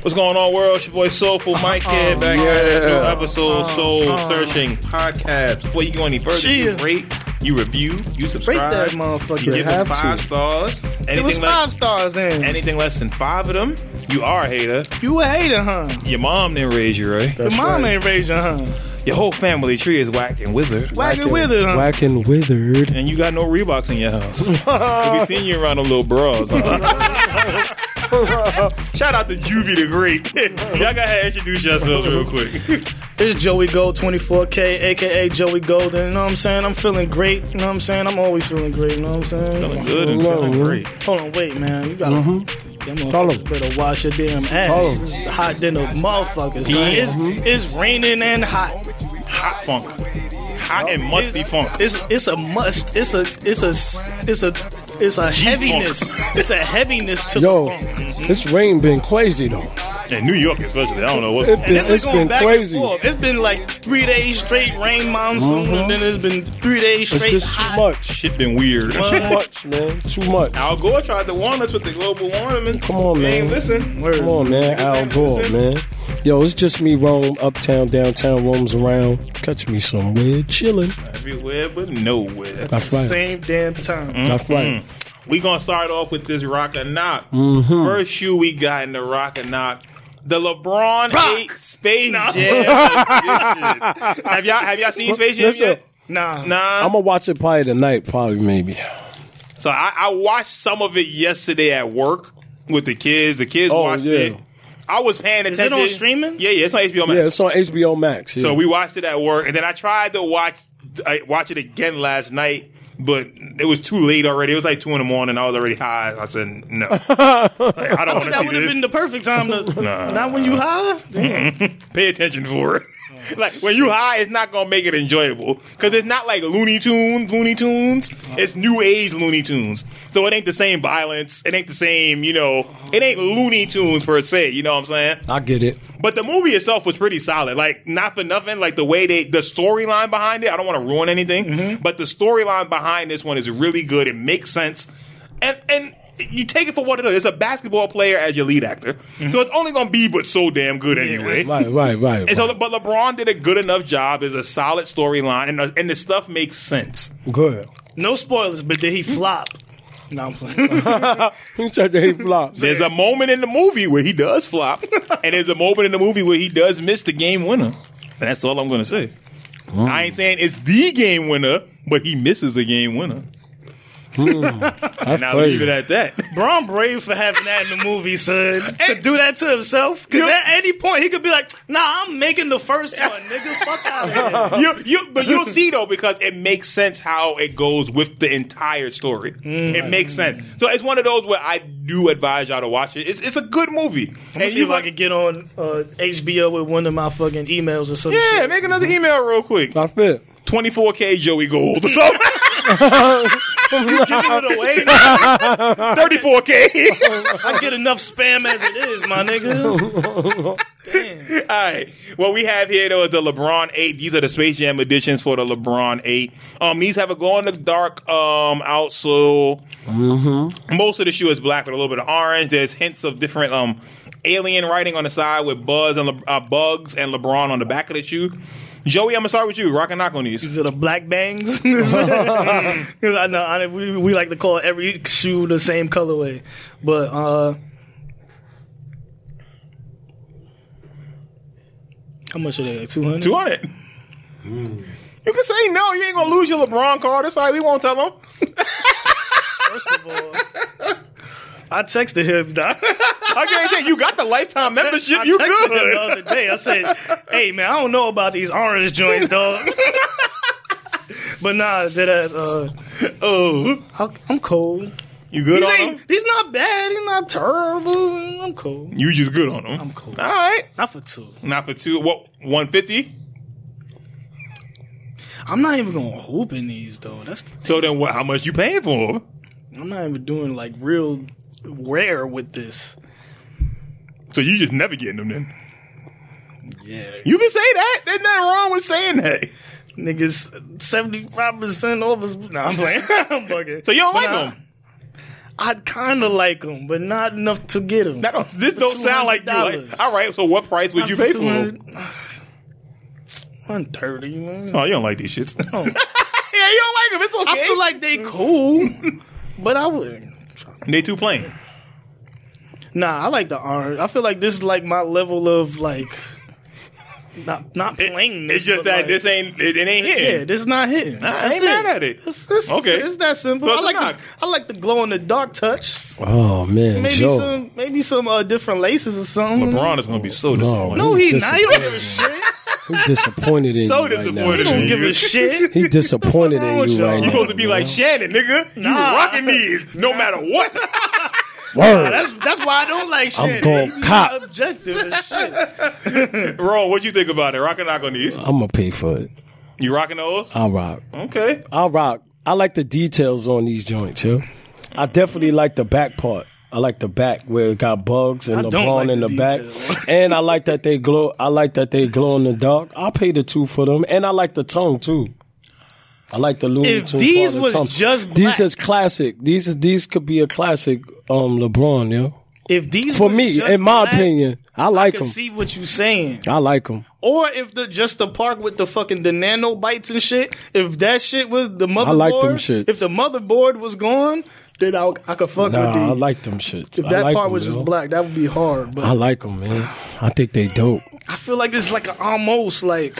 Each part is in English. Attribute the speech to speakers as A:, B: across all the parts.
A: What's going on, world? It's your boy Soulful Mike here,
B: Uh-huh.
A: back at it. New episode of Soul Searching Podcast. Before you go any further, you
B: Chill.
A: rate, you review, you subscribe.
B: that motherfucker.
A: You give
B: Have
A: us
B: to.
A: five stars.
B: It was
A: Anything
B: five
A: less,
B: stars then.
A: anything less than five of them, you are a hater.
B: you a hater, huh?
A: Your mom didn't raise you right.
B: Your mom
C: right.
B: ain't raised you, huh?
A: Your whole family tree is whack and withered.
B: Whack it with it, huh?
C: Whack and withered.
A: And you got no Reeboks in your house. we be seeing you around them little bras. huh? Shout out to Juvie the Great. Y'all gotta introduce yourselves real quick.
B: It's Joey Gold 24K, aka Joey Golden. You know what I'm saying? I'm feeling great. You know what I'm saying? I'm always feeling great. You know what I'm saying?
A: Feeling good and feeling
C: Hello.
A: great.
B: Hold on, wait, man. You gotta.
C: Mm-hmm.
B: Them
C: Call
B: motherfuckers
C: 'em.
B: better wash your damn
C: Call
B: ass.
C: 'em.
B: It's hot than a motherfucker. son. It's,
C: Mm-hmm.
B: it's raining and hot.
A: Hot funk. Hot and musty funk.
B: It's it's a must. It's a it's a it's a it's a heaviness. It's a heaviness to
C: Yo,
B: the funk.
C: this rain been crazy though.
A: In New York especially. I don't know what's
C: It been,
B: It's
C: it's
B: going
C: been
B: back
C: crazy.
B: And forth. It's been like three days straight rain monsoon, and then it's been three days
C: Mm-hmm. It's
B: straight.
C: just too
B: hot.
C: much.
A: shit been weird.
C: Too much, man. Too much.
A: Al Gore tried to warn us with the global warming.
C: Come on,
A: They
C: man.
A: ain't listen.
B: Word.
C: Come on, man. Al Gore, man. Yo, it's just me roam uptown, downtown, roams around. Catch me somewhere chilling.
A: Everywhere but nowhere.
C: That's right. Mm-hmm.
B: Same damn time.
C: That's
A: Mm.
C: right.
A: We gonna start off with this rock and knock.
C: Mm-hmm.
A: First shoe we got in the rock and knock. The LeBron
B: Rock.
A: eight Space Jam. edition. have y'all have y'all seen Space Jam
C: listen.
A: yet?
B: Nah,
A: Nah.
C: I'm gonna watch it probably tonight, probably maybe.
A: so I, I watched some of it yesterday at work with the kids. The kids
C: Oh,
A: watched
C: yeah.
A: it. I was paying
B: it
A: attention.
B: on streaming?
A: Yeah, yeah, it's on HBO Max.
C: Yeah, it's on HBO Max. yeah.
A: So we watched it at work, and then I tried to watch I watch it again last night, but it was too late already. It was like two in the morning. I was already high. I said no. Like, I don't want to
B: that
A: see
B: would have
A: this.
B: been the perfect time to. Not when you high. Damn.
A: Pay attention for it. like when you high, it's not gonna make it enjoyable because it's not like Looney Tunes. Looney Tunes. It's new age Looney Tunes. So it ain't the same violence. It ain't the same. You know, it ain't Looney Tunes per se. You know what I'm saying?
C: I get it.
A: But the movie itself was pretty solid. Like not for nothing. Like the way they the storyline behind it. I don't want to ruin anything, but the storyline behind this one is really good. It makes sense, and and you take it for what it is. It's a basketball player as your lead actor, so it's only gonna be but so damn good anyway.
C: Right, right, right.
A: And so,
C: right.
A: but LeBron did a good enough job. It's a solid storyline, and uh, and the stuff makes sense.
C: Good.
B: No spoilers, but did he flop? No, I'm playing.
C: He said that he flops.
A: There's a moment in the movie where he does flop, and there's a moment in the movie where he does miss the game winner. And that's all I'm going to say.
B: Oh.
A: I ain't saying it's the game winner, but he misses the game winner.
C: That's
A: And I'll
C: crazy.
A: leave it at that.
B: Braun brave for having that in the movie, son. to do that to himself, because at any point he could be like, "Nah, I'm making the first one, nigga. Fuck out of here."
A: you, you, but you'll see though because it makes sense how it goes with the entire story.
B: Mm.
A: it makes sense. So it's one of those where I do advise y'all to watch it. It's, it's a good movie.
B: Let's
A: And
B: see
A: you
B: if I
A: look-
B: can get on uh, HBO with one of my fucking emails or something.
A: yeah, make another
B: Mm-hmm.
A: email real quick.
C: That's it.
A: 24K Joey Gold or something.
B: Give it away.
A: 34K.
B: I get enough spam as it is, my nigga.
A: All right. What we have here though is the LeBron Eight. These are the Space Jam editions for the LeBron Eight. Um, these have a glow in the dark um outsole. Mm-hmm. Most of the shoe is black with a little bit of orange. There's hints of different um alien writing on the side with Buzz and Le- uh, Bugs and LeBron on the back of the shoe. Joey, I'm gonna start with you. Rock and knock on these.
B: Is it a black bangs? 'Cause I know I, we, we like to call every shoe the same colorway, but uh, how much are they? Two hundred.
A: Two hundred. You can say no. You ain't gonna lose your LeBron card. That's all right. We won't tell them.
B: First of all, I texted him. dog.
A: I can't say you got the lifetime membership.
B: I
A: You
B: texted him the
A: good.
B: other day. I said, "Hey man, I don't know about these orange joints, dog." but nah, that uh,
A: Oh,
B: I- I'm cold.
A: you good
B: These
A: on
B: ain't,
A: them?
B: he's not bad. He's not terrible. I'm cool.
A: You just good on them. I'm
B: cool.
A: All right.
B: Not for two.
A: Not for two. What? One fifty.
B: I'm not even gonna hoop in these though. That's
A: So then, what? How much you paying for 'em?
B: I'm not even doing like real rare with this.
A: So you just never getting them then.
B: Yeah,
A: You can say that. There's nothing wrong with saying that.
B: niggas, seventy five percent off us. Nah, I'm playing. I'm bugging.
A: So you don't
B: But
A: like
B: nah,
A: them.
B: I kind of like them, but not enough to get them.
A: That don't, this don't sound like you. Like, all right, so what price would you pay for them?
B: One thirty, man.
A: Oh, you don't like these shits. yeah, you don't like them. It's okay.
B: I feel like they cool, but I would.
A: they too plain.
B: Nah, I like the orange. I feel like this is like my level of like. Not not
A: It-
B: playing.
A: it's just that this ain't it, it ain't
B: Yeah,
A: here.
B: this not hitting.
A: Nah, I
B: That's
A: ain't mad at it.
B: It's, it's,
A: Okay.
B: okay, it's that simple.
A: So it's
B: I
A: a
B: like
A: knock.
B: the, I like the glow in the dark touch.
C: Oh man,
B: Maybe
C: Joe.
B: some maybe some uh, different laces or something.
A: LeBron is gonna be so disappointed.
B: No, he
C: He's
B: not. He don't give a shit.
C: I'm disappointed in
A: So
C: you right now.
B: He
A: disappointed.
B: don't give
A: You-
B: a shit.
C: He disappointed
B: What's wrong
C: in
B: with
C: you
B: y'all?
C: right
A: You
C: now.
A: supposed to be like Shannon, nigga. You
B: Nah.
A: rocking these no matter what.
C: Word.
B: That's that's why I don't like shit.
C: I'm going
B: He's
C: cop.
B: Objective as shit.
A: Ron, what you think about it? Rocking knock on these.
C: I'm gonna pay for it.
A: You rocking those?
C: I'll rock.
A: Okay.
C: I'll rock. I like the details on these joints, yo. I definitely like the back part. I like the back where it got bugs and
B: I don't
C: LeBron
B: like
C: in the
B: the detail.
C: back. and I like that they glow I like that they glow in the dark. I'll pay the two for them. And I like the tongue too. I like the Looney
B: If
C: Tune
B: these
C: part
B: was
C: of the tongue.
B: just
C: These
B: black-
C: is classic. These is these could be a classic um LeBron, yo.
B: If these
C: For
B: was
C: me,
B: just
C: in my
B: black,
C: opinion, I like
B: I
C: them.
B: can see what you saying.
C: I like them.
B: Or if the just the park with the fucking the nano bites and shit. If that shit was the motherboard,
C: like them shits.
B: if the motherboard was gone, then I, I could fuck with these.
C: Nah, I like them shit.
B: if that part was just
C: black.
B: black, that would be hard. But
C: I like them, man. I think they dope.
B: I feel like this is like an almost like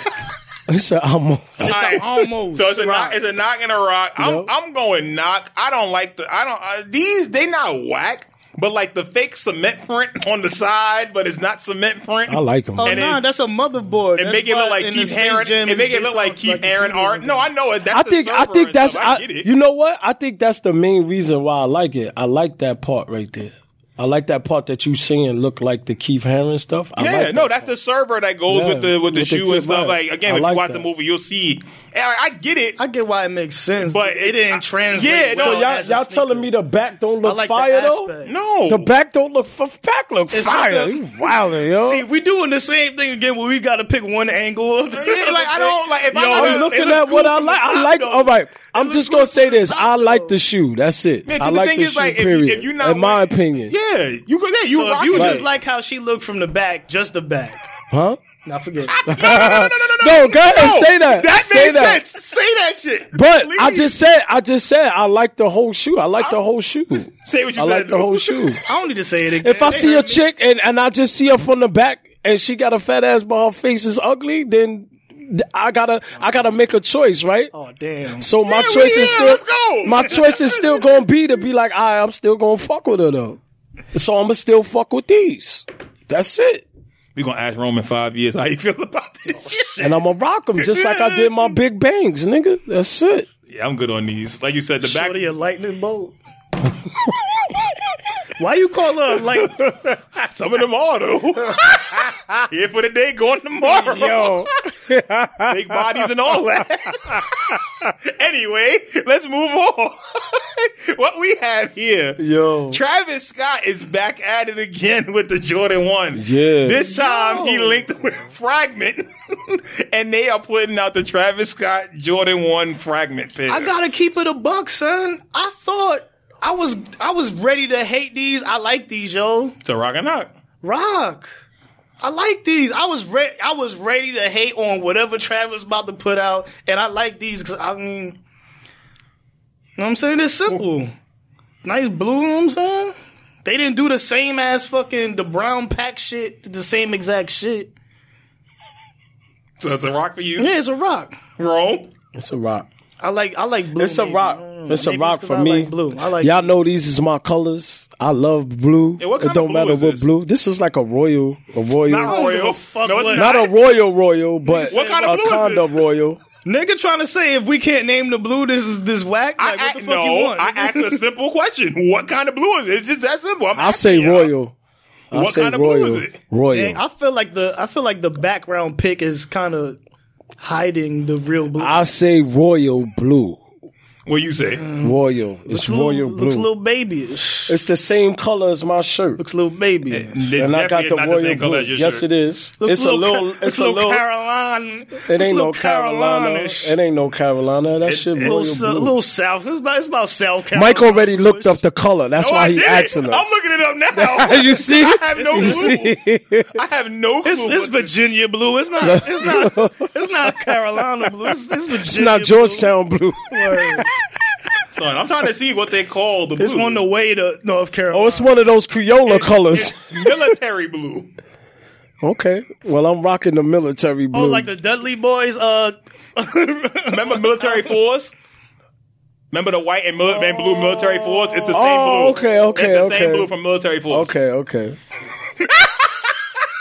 C: It's a almost.
B: it's
A: All
B: an
A: right.
B: almost.
A: So it's a knock,
B: rock.
A: it's a knock and a rock. I'm
C: Nope.
A: I'm going knock. I don't like the I don't uh, these they not whack, but like the fake cement print on the side, but it's not cement print.
C: I like them.
B: Oh
A: and
B: nah,
A: it-
B: that's a motherboard.
A: and
B: That's
A: make it
B: why
A: look like
B: in the
A: Keith
B: Space
A: Heron.
B: Jam
A: And
B: is
A: make it
B: based
A: look like
B: off,
A: Keith
B: the
A: Heron
B: computers
A: art.
B: and
A: No, I know it. That's
C: I
A: the
C: think I
A: server
C: think
A: and
C: that's
A: stuff. I,
C: I,
A: get it.
C: you know what I think that's the main reason why I like it. I like that part right there. I like that part that you seeing look like the Keith Haring stuff. I
A: yeah,
C: like
A: no, that's
C: that.
A: the server that goes
C: Yeah,
A: with the with the
C: with the
A: shoe
C: clip,
A: and stuff.
C: right.
A: Like again,
C: I
A: if
C: like
A: you watch
C: that.
A: the movie, you'll see. And I, I get it.
B: I get why it makes sense,
A: But
B: but
A: it-
B: it
A: I-
B: didn't translate.
A: yeah, no,
B: well
A: y'all-
B: as
C: Y'all,
B: a
C: y'all telling
B: sneaker.
C: me the back don't
B: I
C: look
B: like
C: fire
B: the
C: though.
B: aspect.
A: no,
C: The back don't look for back look
B: It's like
C: fire.
B: the-
C: You wildin', yo.
B: See, we doing the same thing again where we gotta pick one angle of the
A: Yeah, like, I don't- like, if I
B: Yo,
A: gotta-
C: I'm
A: look- it
C: looking
A: look
C: at what
A: cool
C: I
A: from the
C: like. I
A: top,
C: like.
A: though.
C: All right, I'm
B: look
C: just
B: cool
C: gonna
B: from
C: say
B: the
C: this.
B: top,
C: I like
B: though.
C: the shoe. That's it.
A: Man, 'cause
C: I
A: the
C: like
A: thing
C: the
A: is,
C: shoe.
A: like, if you-
C: period.
A: if you not
C: in my
A: wearing-
C: opinion,
A: yeah, you go there. You
B: So if
A: rock
B: you
A: it.
B: just like how she looked from the back, just the back.
C: huh?
B: Now forget.
A: no, no, no, no, no, no, no,
C: No, go ahead, say that.
A: That
C: Say
A: makes
C: that.
A: sense. Say that shit.
C: But I
A: Please.
C: just said, I just said, I like the whole shoe. I like the whole shoe.
A: say what you
C: I
A: said.
C: like the whole shoe.
B: I don't need to say it again.
C: If I see a chick and, and I just see her from the back and she got a fat ass but her face is ugly, then I gotta I gotta make a choice, right?
B: oh damn,
C: So my
A: Yeah, we
C: choice
A: here.
C: is still
A: Let's go.
C: my choice is still gonna be to be like, I I'm still gonna fuck with her though. So I'ma still fuck with these. That's it.
A: We gonna ask Rome in five years how you feel about this. shit.
C: And I'ma rock them just like I did my big bangs, nigga. That's it.
A: Yeah, I'm good on these. Like you said, the back.
B: shorty a lightning bolt. Why you call her a light?
A: Some of them are though. Here for the day, going tomorrow.
C: Yo.
A: big bodies and all that. anyway, let's move on. what we have here,
C: Yo.
A: Travis Scott is back at it again with the Jordan One.
C: Yeah.
A: this time he
B: Yo.
A: linked with Fragment, and they are putting out the Travis Scott Jordan One Fragment pair.
B: I gotta keep it a buck, son. I thought I was I was ready to hate these. I like these, yo.
A: to rock and knock.
B: Rock. I like these. I was re- I was ready to hate on whatever Travis about to put out, and I like these because I mean, you know what I'm saying? It's simple. Nice blue. You know what I'm saying they didn't do the same as fucking the brown pack shit. did The same exact shit.
A: So it's a rock for you,
B: Yeah, it's a rock.
A: Rome.
C: It's a rock.
B: I like I like blue.
C: It's a
B: maybe.
C: rock.
B: I don't know.
C: It's a
B: Maybe
C: rock
B: 'cause
C: for
B: I
C: me.
B: Like blue. I like
C: Y'all know these is my colors. I love blue.
A: Yeah, what kind
C: it
A: of
C: don't
A: blue
C: matter
A: is
C: what
A: this?
C: blue. This is like a royal, a royal,
A: Not
C: not,
B: don't give
A: royal.
B: a fuck
A: no, it's
B: what-
A: not.
C: a royal royal, but
A: What kind of
C: a
A: blue is
C: kind
A: this?
C: of royal.
B: Nigga trying to say if we can't name the blue, this is this whack.
A: I
B: Like, what
A: ask,
B: the fuck
A: no,
B: you want?
A: I asked a simple question. What kind of blue is it? It's just that simple. I'm
C: I say
A: asking y'all.
C: royal. I
A: What
C: say
A: kind of blue
C: royal.
A: is it?
C: Royal.
B: Dang, I feel like the I feel like the background pick is kind of hiding the real blue.
C: I say royal blue.
A: What you say?
C: Royal.
B: Looks
C: It's
B: a little-
C: royal blue.
B: Looks a little babyish.
C: it's the same color as my shirt.
B: Looks a little babyish.
A: They
C: and I got
A: definitely
C: the
A: not
C: royal
A: same color
C: blue.
A: as your
C: yes,
A: shirt.
C: it is.
B: Looks
C: it's a little.
B: Ca- looks
C: It's a little.
B: Carolina.
C: it ain't no Carolina. It ain't no Carolina. That shit
A: it-
C: royal
B: little,
A: Royal
B: so-
C: blue.
B: little South. It's about, it's about South Carolina.
C: Mike already looked up the color. That's
A: Oh,
C: why
A: I
C: he
A: did
C: asking
A: it.
C: us.
A: I'm looking it up now.
C: you see?
A: I have no clue.
C: you see?
A: I have no clue.
B: It's, it's
A: what-
B: Virginia blue. It's not. It's not. It's not Carolina blue. It's, it's Virginia.
C: It's not Georgetown blue.
B: Word.
A: son, I'm trying to see what they call the blue.
B: It's on the way to North Carolina.
C: Oh, it's one of those Creola colors.
A: It's military blue.
C: Okay. Well, I'm rocking the military blue.
B: Oh, like the Dudley Boys. Uh,
A: Remember military force? Remember the white and, mil- and blue military force? It's the same
C: Oh,
A: blue.
C: okay, okay,
A: It's the
C: okay.
A: same blue from military force.
C: okay, okay.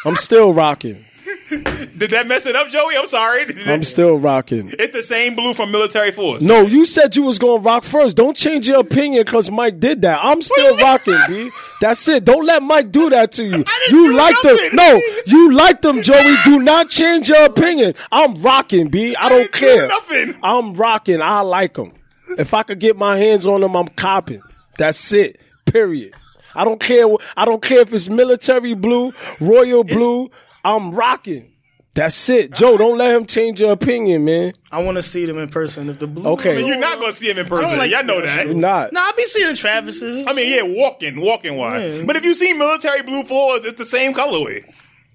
C: I'm still rocking.
A: Did that mess it up, Joey? I'm sorry.
C: I'm still rocking.
A: it's the same blue from military force.
C: No, you said you was gonna rock first. Don't change your opinion because Mike did that. I'm still rocking, B. That's it. Don't let Mike do that to you. You
A: do
C: like
A: nothing.
C: them. No, you like them, Joey. Do not change your opinion. I'm rocking, B. I don't
A: didn't do
C: care.
A: nothing.
C: I'm rocking. I like them. If I could get my hands on them, I'm copping. That's it. Period. I don't care. wh- I don't care if it's military blue, royal blue. I'm rocking. That's it, Joe. Don't let him change your opinion, man.
B: I want to see them in person. If the blue.
C: Okay.
B: I mean, you-
A: You're not gonna see him in person.
B: like
A: Y'all know
B: that.
A: that.
C: You're not.
B: Nah, I be seeing Travis's.
A: I mean, yeah, walking, walking wise. But if you see military blue fours, it's the same colorway.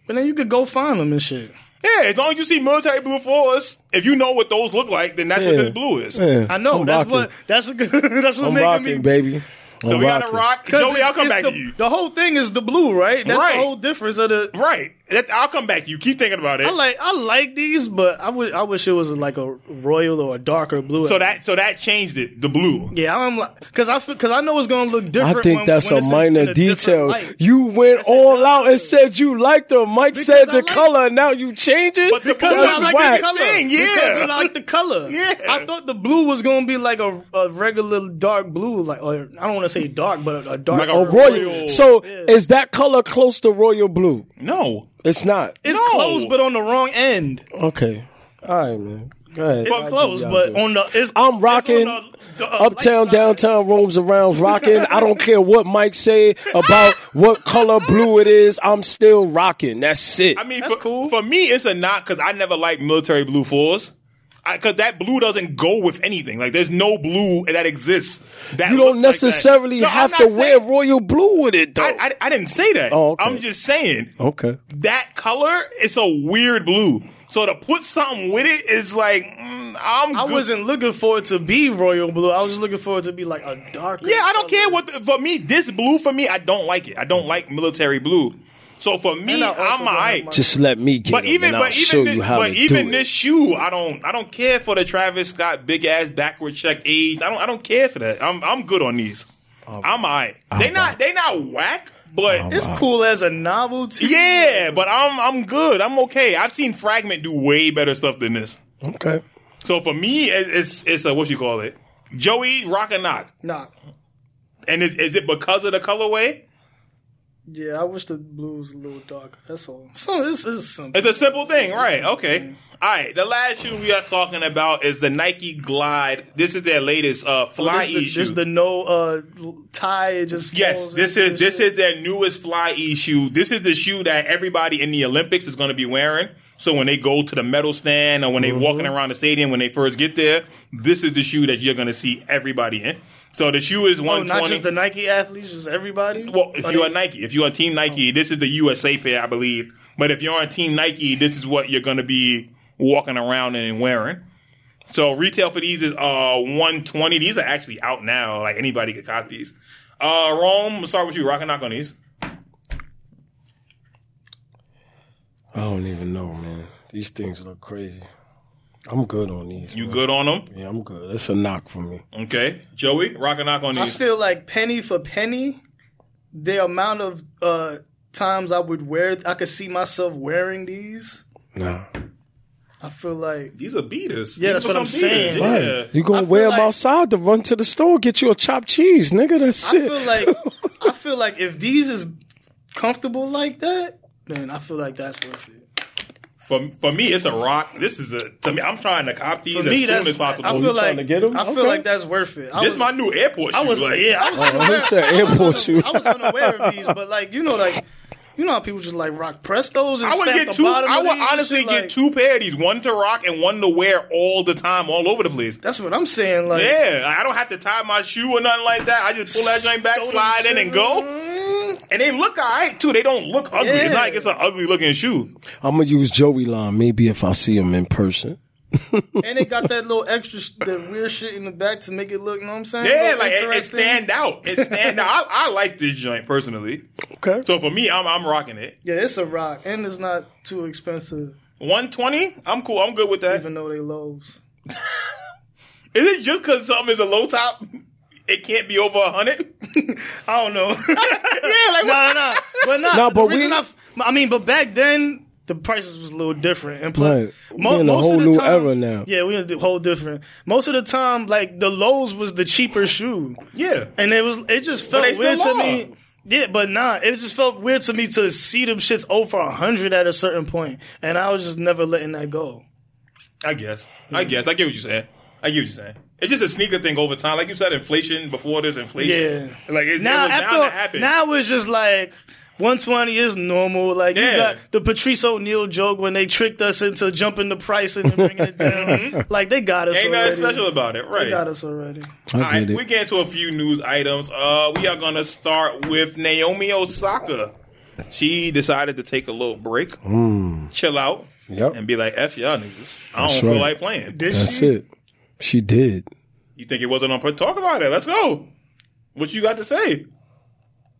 B: but then you could go find them and shit.
A: Yeah, as long as you see military blue fours, if you know what those look like, then that's what
C: Yeah.
A: this blue is.
C: Yeah,
B: I know.
C: I'm
B: that's
C: rocking.
B: what. That's what. that's what
C: I'm
B: making
C: rocking,
B: me.
C: baby.
A: So we gotta rock.
B: 'Cause
A: Joey,
B: it's-
A: I'll come
B: it's
A: back
B: the,
A: to you.
B: The whole thing is the blue, right? That's
A: Right.
B: the whole difference of the.
A: Right. That, I'll come back to you. Keep thinking about it.
B: I like I like these, but I would I wish it was like a royal or a darker blue.
A: so that so that changed it. The blue.
B: yeah, I'm like because I because I know it's gonna look different.
C: I think
B: when-
C: that's
B: when
C: a
B: it's in-
C: minor
B: in a different
C: detail.
B: light.
C: You went
B: a
C: all
B: different
C: out and
B: light.
C: said you liked them. Mike
B: Because
C: said
B: I
C: the
B: like
C: color, now you change it.
A: But the
B: because
A: That's
B: I like
A: whack.
B: the color.
A: Thing, yeah.
B: Because I like the color.
A: Yeah.
B: I thought the blue was gonna be like a, a regular dark blue, like or, I don't want to say dark, but a, a dark.
A: Like a
C: a royal. So is that color close to royal blue?
A: No.
C: It's not.
B: it's
A: No.
B: close, but on the wrong end.
C: okay. All right, man. Go ahead.
B: It's close, but on the. It's,
C: I'm rocking
B: it's on the- the, uh,
C: uptown,
B: light side.
C: downtown, roams around, rocking. I don't care what Mike say about what color blue it is. I'm still rocking. That's it.
A: I mean,
B: That's
A: for,
B: cool.
A: for me, it's a not because I never liked military blue fours. Because that blue doesn't go with anything. Like, there's no blue that exists. That
C: you
A: looks
C: don't
A: like that.
C: necessarily
A: No, I'm
C: have
A: not
C: to
A: saying-
C: wear royal blue with it, though.
A: I, I, I didn't say that.
C: Oh, okay.
A: I'm just saying
C: okay.
A: that color is a weird blue. So to put something with it is like mm, I'm.
B: I
A: good.
B: wasn't looking for it to be royal blue. I was just looking for it to be like a darker.
A: Yeah, I don't
B: color.
A: care what. The, for me, this blue for me, I don't like it. I don't like military blue. So for me,
B: And I also
A: I'm
B: don't like
A: alright.
B: my-
C: Just let me get
A: But
C: it,
A: even
C: and I'll
A: but
C: show
A: even this,
C: you how
A: but
C: to
A: even
C: do
A: this shoe, I don't I don't care for the Travis Scott big ass backward check age. I don't I don't care for that. I'm I'm good on these. I'm alright. They not they not whack, but
B: It's cool as a novelty.
A: yeah, but I'm I'm good. I'm okay. I've seen Fragment do way better stuff than this.
C: it. Okay.
A: So for me, it- it's it's a what you call it, Joey Rock and Knock.
B: Nah.
A: And is, is it because of the colorway?
B: Yeah, I wish the blue was a little darker. That's all. So this is simple.
A: It's a simple thing, right? Okay. All right. The last shoe we are talking about is the Nike Glide. This is their latest uh, fly
B: This
A: E
B: the,
A: shoe.
B: this the no uh, tie. It just
A: Yes,
B: falls
A: this
B: into
A: is
B: the
A: this
B: shit.
A: is their newest fly e shoe. This is the shoe that everybody in the Olympics is going to be wearing. So when they go to the medal stand or when they walking
B: Mm-hmm.
A: around the stadium when they first get there, this is the shoe that you're going to see everybody in. So the shoe is
B: Oh,
A: 120.
B: not just the Nike athletes, just everybody.
A: well, if
B: Are
A: you're
B: they-
A: a Nike, if you're a team Nike, this is the USA pair, I believe. But if you're on team Nike, this is what you're going to be walking around and wearing. So retail for these is uh 120. These are actually out now. Like anybody could cop these. Uh Rome, I'll start with you. Rock and knock on these.
C: I don't even know, man. These things look crazy. I'm good on these.
B: Mm.
A: You good on them?
C: Yeah, I'm good. It's a knock for me.
A: Okay. Joey, rock and knock on
B: I
A: these.
B: feel like penny for penny, the amount of uh, times I would wear, I could see myself wearing these.
C: Nah.
B: I feel like
A: These are beaters.
B: Yeah,
A: These
B: that's what I'm
A: become
B: saying.
A: Yeah.
C: Right. You gonna
B: I feel
C: wear them
B: like-
C: outside to run to the store, get you a chopped cheese, nigga. That's
B: I
C: it.
B: feel like I feel like if these is comfortable like that, then I feel like that's worth it.
A: For, for me, it's a rock. This is a to me. I'm trying to cop these
B: For
A: as
B: me,
A: soon
B: that's
A: as possible.
B: I
C: you
B: feel
C: trying
B: like
C: to get 'em?
B: I feel
C: Okay.
B: like that's worth it. I
A: this
B: was,
A: is my new airport.
B: I
A: shoe,
B: was
A: like, Oh,
B: yeah. I was
C: Who said airport shoe?
B: I was unaware of these, but like you know, like you know how people just like rock prestos and
A: I would
B: stamp
A: get
B: the
A: two.
B: bottom
A: I
B: of
A: would
B: these and
A: honestly
B: shit,
A: get
B: like,
A: two pair of these, one to rock and one to wear all the time, all over the place.
B: That's what I'm saying. Like
A: Yeah, I don't have to tie my shoe or nothing like that. I just pull that joint back,
B: throw them
A: slide in,
B: shit-
A: and go.
B: Mm,
A: And they look all right too. They don't look ugly. It's
B: Yeah.
A: not like it's an ugly looking shoe.
C: I'm gonna use Joey line maybe if I see him in person.
B: And they got that little extra, sh- that weird shit in the back to make it look. You know what I'm saying?
A: Yeah,
B: Look
A: like it, it
B: interesting.
A: stand out. It stand out. I, I like this joint personally.
C: Okay.
A: So for me, I'm I'm rocking it.
B: Yeah, it's a rock, and it's not too expensive,
A: One twenty. I'm cool. I'm good with that.
B: even though they lows.
A: Is it just because something is a low top? It can't be over a hundred.
B: I don't know.
A: Yeah, like
B: nah, nah, but nah.
C: Nah,
B: the
C: but
B: reason
C: we-
B: I, f- I mean, but back then the prices was a little different, and plus,
C: Right. We in a
B: most of
C: whole
B: the
C: new
B: time-
C: era now.
B: Yeah, we in a whole different. Most of the time, like the lows was the cheaper shoe,
A: yeah.
B: and it was it just felt
A: they still
B: weird to
A: are.
B: me. Yeah, but nah, it just felt weird to me to see them shits over a hundred at a certain point, and I was just never letting that go.
A: I guess. I guess. I get what you're saying. I get what you're saying. It's just a sneaker thing over time. Like you said, inflation before this inflation.
B: Yeah.
A: Like it's,
B: Now
A: it was bound to
B: after
A: happen.
B: now it's just like 120 is normal. Like
A: Yeah.
B: you got the Patrice O'Neal joke when they tricked us into jumping the price and then bringing it down. like they got us.
A: Mm-hmm. Ain't nothing
B: already.
A: special about it, right?
B: They got us already.
A: All
C: I
A: right,
C: get
A: we
C: it.
A: get into a few news items. Uh, we are gonna start with Naomi Osaka. She decided to take a little break, chill out,
C: Yep.
A: and be like, "F y'all niggas, I don't
C: Mm. That's
A: feel
C: right.
A: like playing."
B: Did
C: That's
B: she?
C: it. She did.
A: You think it wasn't on? purpose? Talk about it. Let's go. What you got to say?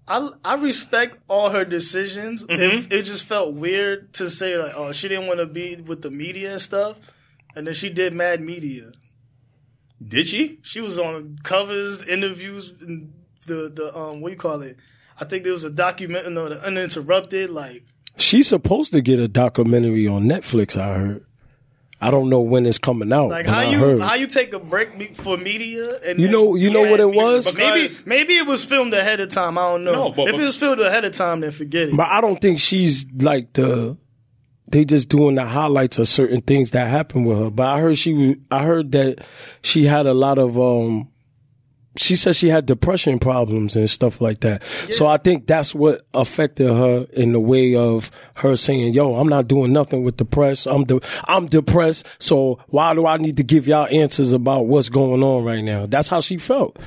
B: I I respect all her decisions.
A: Mm-hmm.
B: It, it just felt weird to say like, oh, she didn't want to be with the media and stuff, and then she did mad media.
A: Did she?
B: She was on covers, interviews, and the the um what do you call it? I think there was a document, no, the uninterrupted like.
C: She's supposed to get a documentary on Netflix. I heard. I don't know when it's coming out.
B: Like
C: but
B: how
C: I
B: you
C: heard.
B: how you take a break be- for media and
C: You know- you know what it was?
B: But maybe
A: Because-
B: maybe it was filmed ahead of time. I don't know.
A: No, but-
B: if it was filmed ahead of time, then forget it.
C: but I don't think she's like the. They just doing the highlights of certain things that happened with her. But I heard she. was- I heard that she had a lot of. um She said she had depression problems and stuff like that. So I think that's what affected her in the way of her saying, "Yo, I'm not doing nothing with the press. I'm de- I'm depressed. So why do I need to give y'all answers about what's going on right now?" That's how she felt.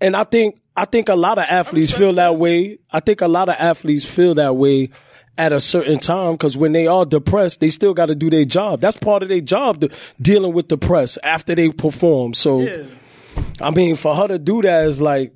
C: And I think I think a lot of athletes feel that way. I think a lot of athletes feel that way at a certain time because when they are depressed, they still got to do their job. That's part of their job, the, dealing with the press after they perform. So,
B: yeah.
C: I mean, for her to do that is like,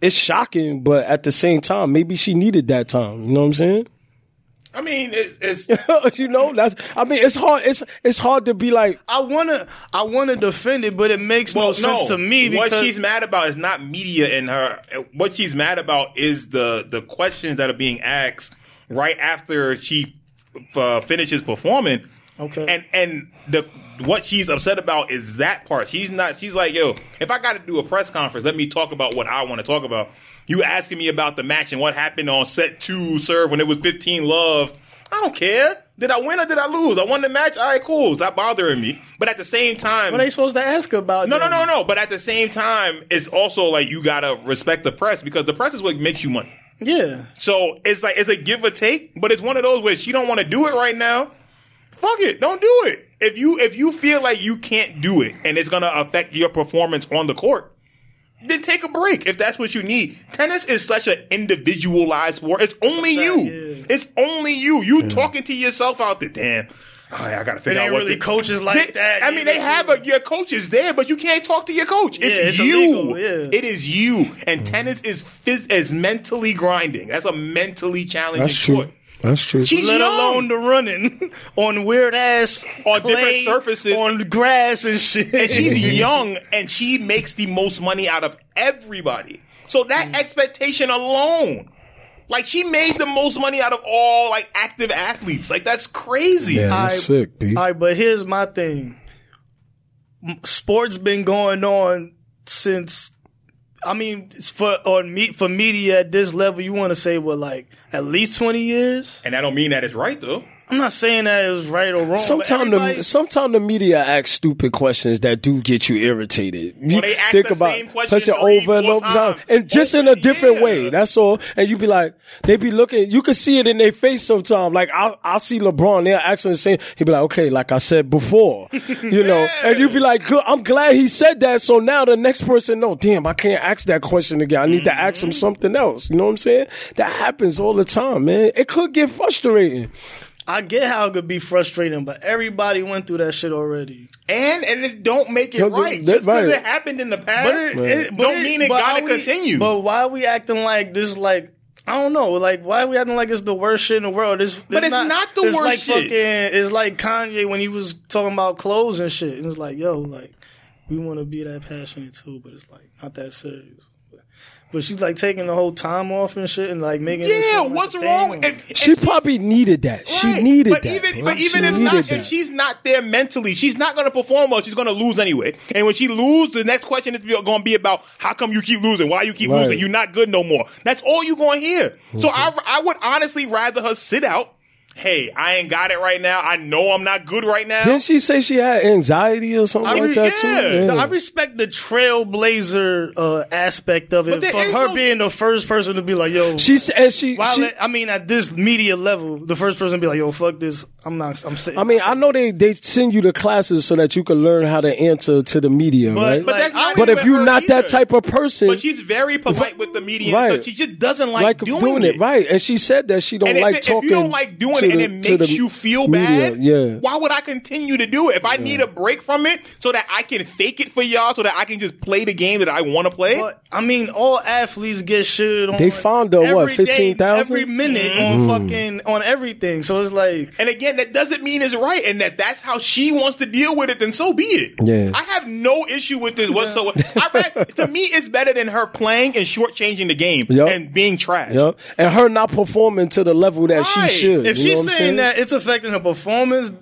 C: it's shocking, but at the same time, maybe she needed that time. You know what I'm saying?
A: I mean, it's, it's
C: you know, that's. I mean, it's hard. It's it's hard to be like,
B: I wanna I wanna defend it, but it makes no sense to me because
A: what she's mad about is not media and her. What she's mad about is the the questions that are being asked right after she uh, finishes performing.
B: Okay.
A: And and the what she's upset about is that part. She's not. She's like, yo, if I got to do a press conference, let me talk about what I want to talk about. You asking me about the match and what happened on set two serve when it was fifteen love. I don't care. Did I win or did I lose? I won the match. All right, cool. Stop bothering me. But at the same time,
B: what are they supposed to ask about?
A: no, no,
B: then?
A: no, no. But at the same time, it's also like you gotta respect the press because the press is what makes you money.
B: Yeah.
A: So it's like it's a give or take, but it's one of those where she don't want to do it right now. Fuck it, don't do it. If you if you feel like you can't do it and it's gonna affect your performance on the court, then take a break if that's what you need. Tennis is such an individualized sport. It's only you.
B: yeah.
A: It's only you. You talking to yourself out there. Damn. All right, I gotta
B: It
A: figure out
B: ain't
A: what
B: really
A: to-
B: coaches like
A: they-
B: that.
A: I
B: you
A: mean,
B: know,
A: they have a your coach is there, but you can't talk to your coach. It's,
B: Yeah, it's
A: you.
B: illegal, yeah.
A: It is you.
C: Mm-hmm.
A: And tennis is phys- is mentally grinding. That's a mentally challenging
C: that's true.
A: sport.
C: That's true.
A: She's
B: let
A: young.
B: alone the running on weird ass
A: On different
B: clay,
A: surfaces.
B: on grass and shit.
A: and she's young, and she makes the most money out of everybody. So that
C: Mm.
A: expectation alone, like she made the most money out of all like active athletes. Like that's crazy.
C: yeah, that's
B: I-
C: sick, B.
B: All right, but here's my thing. M- Sports been going on since. I mean, it's for on me for media at this level, you want to say what like at least twenty years?
A: And I don't mean that it's right though.
B: I'm not saying that it was right or wrong.
C: Sometimes the sometimes the media asks stupid questions that do get you irritated. You
A: they ask the same question
C: question
A: three,
C: over and
A: four
C: over time,
A: times.
C: and just in a different
A: yeah.
C: way. That's all. And you be like, they be looking. You can see it in their face sometimes. Like I, I see LeBron. They'll ask him the same. He be like, okay, like I said before, you know. And you be like, good. I'm glad he said that. So now the next person, no, damn, I can't ask that question again. I need to ask
A: Mm-hmm.
C: him something else. You know what I'm saying? That happens all the time, man. It could get frustrating.
B: I get how it could be frustrating, but everybody went through that shit already.
A: And and it don't make it
C: Don't do-
A: right.
C: that-
A: Just because
C: right.
A: it happened in the past,
B: But it,
C: Right.
B: it- but
A: don't mean it
B: but
A: gotta
B: are we-
A: continue.
B: But why are we acting like this? is Like I don't know. Like why are we acting like it's the worst shit in the world? It's,
A: But it's not the
B: it's
A: worst
B: like
A: shit.
B: Fucking, it's like Kanye when he was talking about clothes and shit. And it's like yo, like we want to be that passionate too, but it's like not that serious. But she's like taking the whole time off and shit, and like making. it
A: yeah,
B: seem like
A: what's
B: a
A: wrong?
B: thing.
A: And- and
C: She probably needed that. She
A: Right.
C: needed
A: but
C: that.
A: Even,
C: bro.
A: but even
C: She
A: if
C: needed
A: not,
C: that.
A: if she's not there mentally, she's not going to perform well. She's going to lose anyway. And when she lose, the next question is going to be about how come you keep losing? Why you keep
C: Right. Mm-hmm.
A: losing? You're not good no more. That's all you going to hear. So I, I would honestly rather her sit out. Hey, I ain't got it right now. I know I'm not good right now.
C: Didn't she say she had anxiety or something
B: I
C: like
B: re-
C: that
A: yeah.
C: too?
B: I respect the trailblazer uh, aspect of
A: But
B: it
A: there
B: for
A: ain't
B: her
A: no-
B: being the first person to be like, "Yo,
C: She s- and she,
B: Why
C: she
B: let- I mean, at this media level, the first person to be like, "Yo, fuck this," I'm not. I'm sitting.
C: I mean, I know they, they send you the classes so that you can learn how to answer to the media, right?
B: but
C: But,
B: that's not
A: even
C: if
A: with
C: you're
A: her
C: not
A: either.
C: that type of person,
A: but she's very polite with the media,
C: Right.
A: but she just doesn't like,
C: like
A: doing, it.
C: right? And she said that she don't
A: And if,
C: like
A: if
C: talking.
A: you don't like doing it
C: to
A: and
C: the-
A: it
C: to
A: makes
C: the
A: you feel
C: media,
A: bad,
C: yeah.
A: why would I continue to do it? If I need a break from it so that I can fake it for y'all, so that I can just play the game that I want to play.
B: But, I mean, all athletes get shitted on.
C: They fined her, what,
B: every day,
C: 15,000?
B: every minute on fucking on everything. So it's like,
A: and again, that doesn't mean it's right, and that that's how she wants to deal with it. Then so be it.
C: Yeah.
A: I have no issue with this whatsoever. I read, to me, it's better than her playing and shortchanging the game
C: Yup.
A: and being trash.
C: Yep. And her not performing to the level that
A: Right.
C: she should.
B: if
C: you know
B: she's
C: what I'm
B: saying, that it's affecting her performance,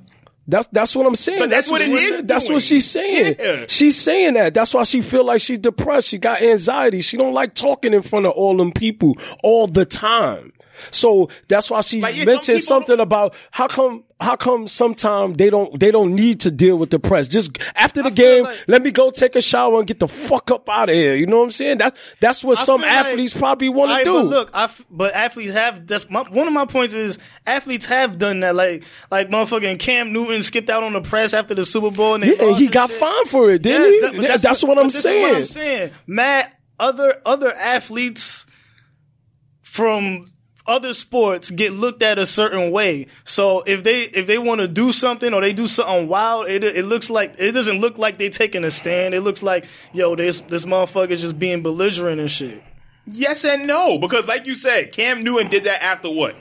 C: That's that's what I'm saying.
A: But that's what it
C: she's
A: is
C: saying. That's
A: doing.
C: what she's saying.
A: Yeah.
C: She's saying that. That's why she feel like she's depressed. She got anxiety. She don't like talking in front of all them people all the time. So that's why she
A: Like, yeah, some
C: mentioned
A: people
C: something about how come how come sometimes they don't they don't need to deal with the press. Just after the
B: feel
C: game,
B: like-
C: let me go take a shower and get the fuck up out of here. You know what I'm saying? That that's what
B: I
C: some
B: feel like-
C: athletes probably want to
B: Alright,
C: do.
B: But look, I f- but athletes have. That's my, one of my points is athletes have done that. Like like motherfucking Cam Newton skipped out on the press after the Super Bowl and they
C: yeah, and
B: lost
C: he
B: and
C: got
B: shit.
C: fined for it, didn't
B: Yes,
C: he?
B: that- but
C: Yeah, that's, what,
B: but
C: I'm
B: this is
C: saying.
B: I'm saying. Matt, other other athletes from other sports get looked at a certain way. So if they if they want to do something or they do something wild, it it looks like it doesn't look like they taking a stand. It looks like yo, this this motherfucker's just being belligerent and shit.
A: Yes and no, because like you said, Cam Newton did that after what?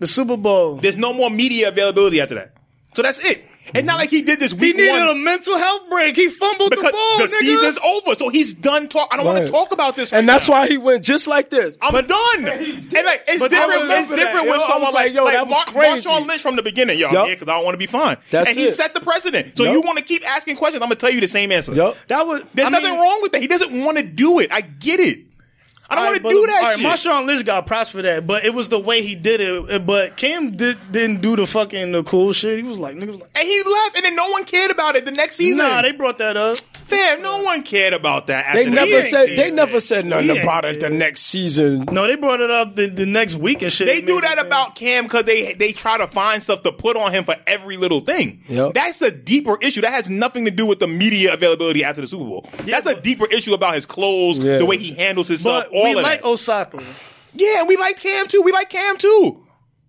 B: The Super Bowl.
A: There's no more media availability after that. So that's it. It's not like he did this
B: Mm-hmm. He
A: week
B: needed
A: one.
B: a mental health break. He fumbled
A: because
B: the ball,
A: the
B: nigga.
A: season's over. So he's done talk. I don't want
C: Right.
A: to talk about this.
C: and
A: right
C: that's
A: now.
C: why he went just like this.
A: I'm done. And like it's
C: But I
A: different.
C: remember
A: It's
C: that,
A: different
C: yo.
A: with
C: I was
A: someone like,
C: like, yo,
A: like
C: that was
A: Mar-
C: crazy.
A: Marshawn Lynch from the beginning, y'all.
C: Yup.
A: Yeah, because I don't want to be fine.
C: That's
A: and he
C: it.
A: set the precedent. So
C: Yup.
A: you want to keep asking questions? I'm gonna tell you the same answer.
C: Yup.
B: that was
A: There's
B: I mean-
A: nothing wrong with that. He doesn't want to do it. I get it. I don't want to
B: Alright,
A: do
B: but-
A: that
B: alright,
A: shit.
B: Marshawn Lynch got props for that, but it was the way he did it. eh, But Cam did, didn't do the fucking the cool shit. He was like, nigga was like,
A: and he left, and then no one cared about it the next season.
B: nah, they brought that up.
A: Fam, no one cared about that. After
C: They
A: that.
C: never
A: He
C: said
A: ain't
C: they
A: did
C: never
A: that.
C: said nothing
B: We ain't
C: about it the next season.
B: No, they brought it up the, the next week and shit.
A: They do
B: made
A: that
B: it-
A: about Cam because they they try to find stuff to put on him for every little thing.
C: Yep.
A: That's a deeper issue. That has nothing to do with the media availability after the Super Bowl. That's a
B: but-
A: deeper issue about his clothes,
C: Yeah.
A: the way he handles himself,
B: But
A: all
B: we
A: of
B: like
A: that.
B: Osaka.
A: yeah, and we like Cam too. We like Cam too.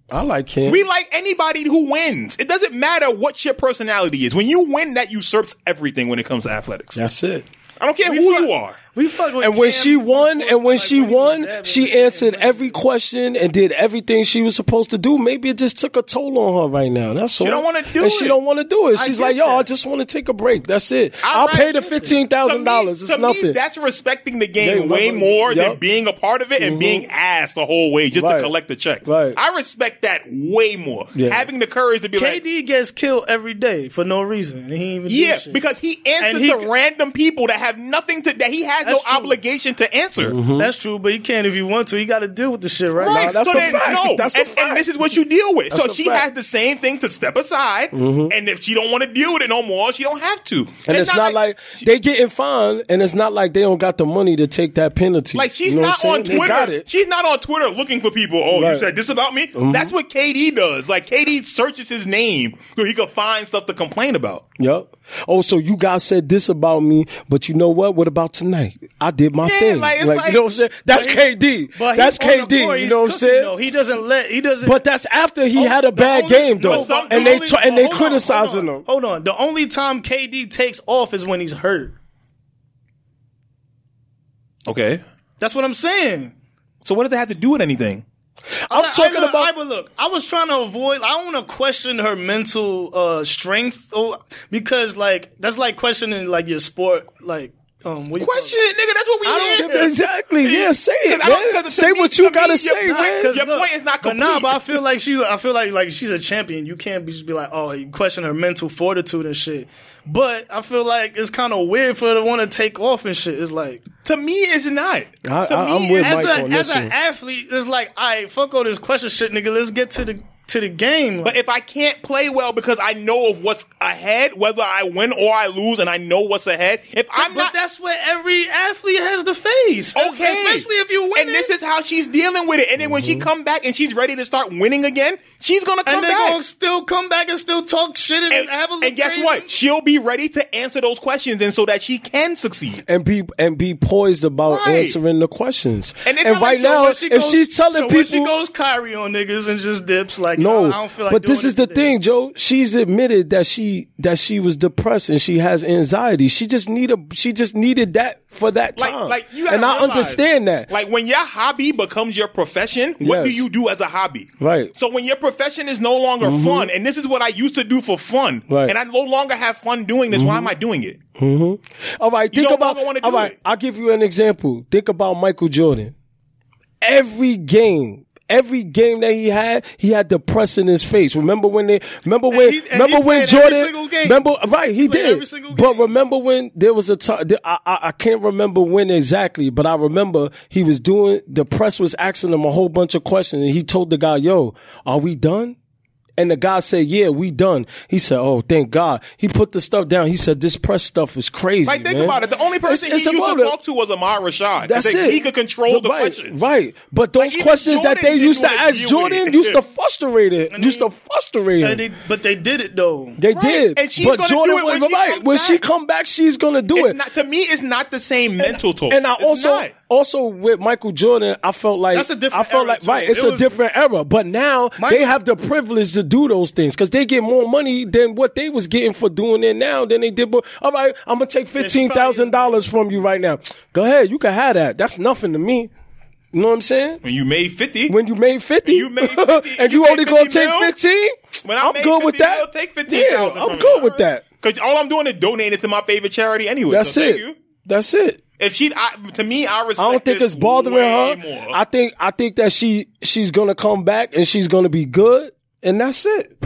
C: I like him.
A: We like anybody who wins. It doesn't matter what your personality is. When you win, that usurps everything when it comes to athletics.
C: That's it.
A: I don't care
B: We
A: who
B: fuck-
A: you are.
B: We fuck with
C: And when
B: Cam
C: she won, and when
B: like,
C: she
B: when he was
C: won,
B: dabbing and
C: she
B: shit.
C: answered every question and did everything she was supposed to do. Maybe it just took a toll on her right now. That's all.
A: don't wanna do
C: and
A: it.
C: She don't want to do it. She's
B: get
C: like, yo,
B: that.
C: I just want to take a break. That's it.
A: I
C: I'll
A: like-
C: pay the fifteen thousand dollars.
A: To
C: It's
A: me- to me,
C: nothing.
A: that's respecting the
C: Yeah,
A: game way
C: right.
A: more than
C: Yup. Mm-hmm.
A: being a part of it and being asked the whole way just
C: Right.
A: to collect the check.
C: Right.
A: I respect that way more.
C: Yeah.
A: Having the courage to be like,
B: KD gets killed every day for no reason, and he ain't even do
A: yeah,
B: shit.
A: because he answers
B: And he-
A: to random people that have nothing to that he has has
B: That's
A: no
B: true.
A: obligation to answer.
B: That's true, but you can't if you want to. You got to deal with the shit, right?
A: Right.
C: Mm-hmm. Nah, that's
A: so
C: a
A: then,
C: fact.
A: no,
C: That's a
A: and, and
C: fact.
A: this is what you deal with. so
C: a
A: she
C: fact. Mm-hmm.
A: has the same thing to step aside, and if she don't want to deal with it no more, she don't have to.
C: And it's, not, like, they getting fined, and it's not like they don't got the money to take that penalty.
A: Like she's
C: You know
A: not
C: what I'm
A: on
C: saying? They got
A: Twitter.
C: it.
A: She's not on Twitter looking for people. Oh, you
C: Right. Mm-hmm.
A: said this about me. That's what KD does. Like KD searches his name so he could find stuff to complain about.
C: Yep. Oh, so you guys said this about me, but you know what? What about tonight? I did my
A: Yeah,
C: thing.
A: like, it's like-
C: you know what I'm saying? That's
A: but he-
C: KD.
B: But
C: That's
B: he's on the
C: KD.
B: court,
C: you
B: he's
C: know what I'm
B: cooking,
C: saying?
B: though. He doesn't let. He doesn't.
C: But that's after he
B: Oh,
C: had a
B: the
C: bad
B: only-
C: game, though,
A: no, some-
C: and
A: the
C: they
A: only-
C: tr- and
A: no,
C: they
A: hold on,
C: criticizing
B: hold on,
C: him.
B: hold on. The only time KD takes off is when he's hurt.
A: Okay.
B: That's what I'm saying.
A: So what does that have to do with anything?
C: I'm
B: I-
C: talking
B: I, look,
C: about.
B: I, but look, I was trying to avoid. I don't want to question her mental uh, strength, or, because like that's like questioning like your sport, like um, what you call it?
A: Question it, nigga. That's what we
B: I
A: here.
B: don't-
C: exactly. Yeah, say it,
A: Cause I don't-
C: man.
A: cause
C: Say
A: to me-
C: what you
A: to me,
C: gotta
A: your-
C: say,
A: nah,
C: man.
A: 'cause Your
B: look,
A: point is not
B: But
A: complete.
B: nah, but I feel like she. I feel like like she's a champion. You can't be, just be like, oh, you question her mental fortitude and shit. But I feel like it's kind of weird for her to want to take off and shit. It's like
A: to me, it's not.
C: I-
A: to
C: I-
A: me,
C: I'm with
A: it's-
B: as
C: Mike
B: a
C: on
B: as
C: this
B: an
C: one.
B: athlete, it's like, all right, fuck all this question shit, nigga. Let's get to the to the game. Like,
A: But if I can't play well because I know of what's ahead, whether I win or I lose, and I know what's ahead, if I'm
B: but
A: not
B: that's what every athlete has to face. That's-
A: okay,
B: especially if you win.
A: and this is how she's dealing with it. And then when
C: Mm-hmm.
A: she come back and she's ready to start winning again, she's gonna come
B: and they're
A: back.
B: gonna still come back and still talk shit and,
A: and,
B: have a
A: and
B: little
A: guess
B: crazy-
A: what? She'll be ready to answer those questions, and so that she can succeed.
C: And be and be poised about
A: Right.
C: answering the questions. And,
A: it's not
C: right
A: like- so
C: now,
A: when
C: Uh, if
A: she
B: goes-
C: she's telling
B: so
C: people,
B: when she goes Kyrie on niggas and just dips like
C: no,
B: no, I don't feel like
C: but
B: doing
C: this is the
B: today.
C: thing, Joe. She's admitted that she that she was depressed and she has anxiety. She just need a she just needed that for that
A: Like,
C: time.
A: like you gotta
C: and I
A: realize,
C: understand that.
A: Like when your hobby becomes your profession, what do
C: Yes.
A: you do as a hobby?
C: Right. Mm-hmm.
A: So when your profession is no longer fun, and this is what I used to do for fun,
C: Right. Mm-hmm.
A: and I no longer have fun doing this, why am I doing it?
C: All right, think
A: no
C: about.
A: longer wanna do
C: all right,
A: it.
C: I'll give you an example. Think about Michael Jordan. Every game, every game that he had, he had the press in his face. Remember when they? Remember when?
B: he- and
C: remember
B: he
C: when
B: played every
C: Jordan?
B: single game.
C: Remember right? He,
B: played
C: did.
B: every single
C: But
B: game.
C: remember when there was a time? I, I I can't remember when exactly, but I remember he was doing. The press was asking him a whole bunch of questions, and he told the guy, "Yo, are we done?" And the guy said, "Yeah, we done." He said, "Oh, thank God." He put the stuff down. He said, "This press stuff is crazy."
A: Like think
C: man."
A: about it. The only person
C: It's- it's
A: he used
C: about
A: to
C: it.
A: talk to was Amar Rashad.
C: That's
A: They-
C: it.
A: He could control the
C: right,
A: questions.
C: Right. But those
A: even
C: questions that
A: Jordan
C: they
A: didn't
C: used to
A: wanna
C: ask
A: deal with
C: Jordan
A: it.
C: used to frustrate it. Used to frustrate
B: And
C: it.
B: they, but they did it though.
C: They
A: Right,
C: did.
A: and she's
C: but
A: gonna
C: Jordan
A: do it
C: was
A: when she
C: right.
A: comes
C: when she
A: back.
C: come back, she's gonna do it.
A: It's not, to me, it's not the same mental talk.
C: and I
A: It's
C: also
A: not.
C: also with Michael Jordan, I felt like
B: That's a different
C: I felt
B: era,
C: like
B: too.
C: right, it's
B: It
C: a
B: was-
C: different era. But now
B: Michael-
C: they have the privilege to do those things because they get more money than what they was getting for doing it now than they did. But all right, I'm gonna take fifteen thousand dollars from you right now. Go ahead, you can have that. That's nothing to me. You know what I'm saying?
A: when you made fifty,
C: When you made fifty,
A: You made 50,
C: and
A: you
C: you,
A: made
C: only gonna
A: 50
C: take
A: mil?
C: fifteen.
A: When I
C: I'm
A: made
C: good with
A: 50
C: that.
A: mil, take 15,000
C: Yeah, I'm
A: from
C: good
A: me.
C: with that.
A: because all I'm doing is donating to my favorite charity anyway.
C: That's
A: so
C: it.
A: Thank you.
C: That's it.
A: If she, I, to me, I respect.
C: I don't think
A: this
C: it's bothering
A: way
C: her.
A: More.
C: I think I think that she she's gonna come back and she's gonna be good, and that's it.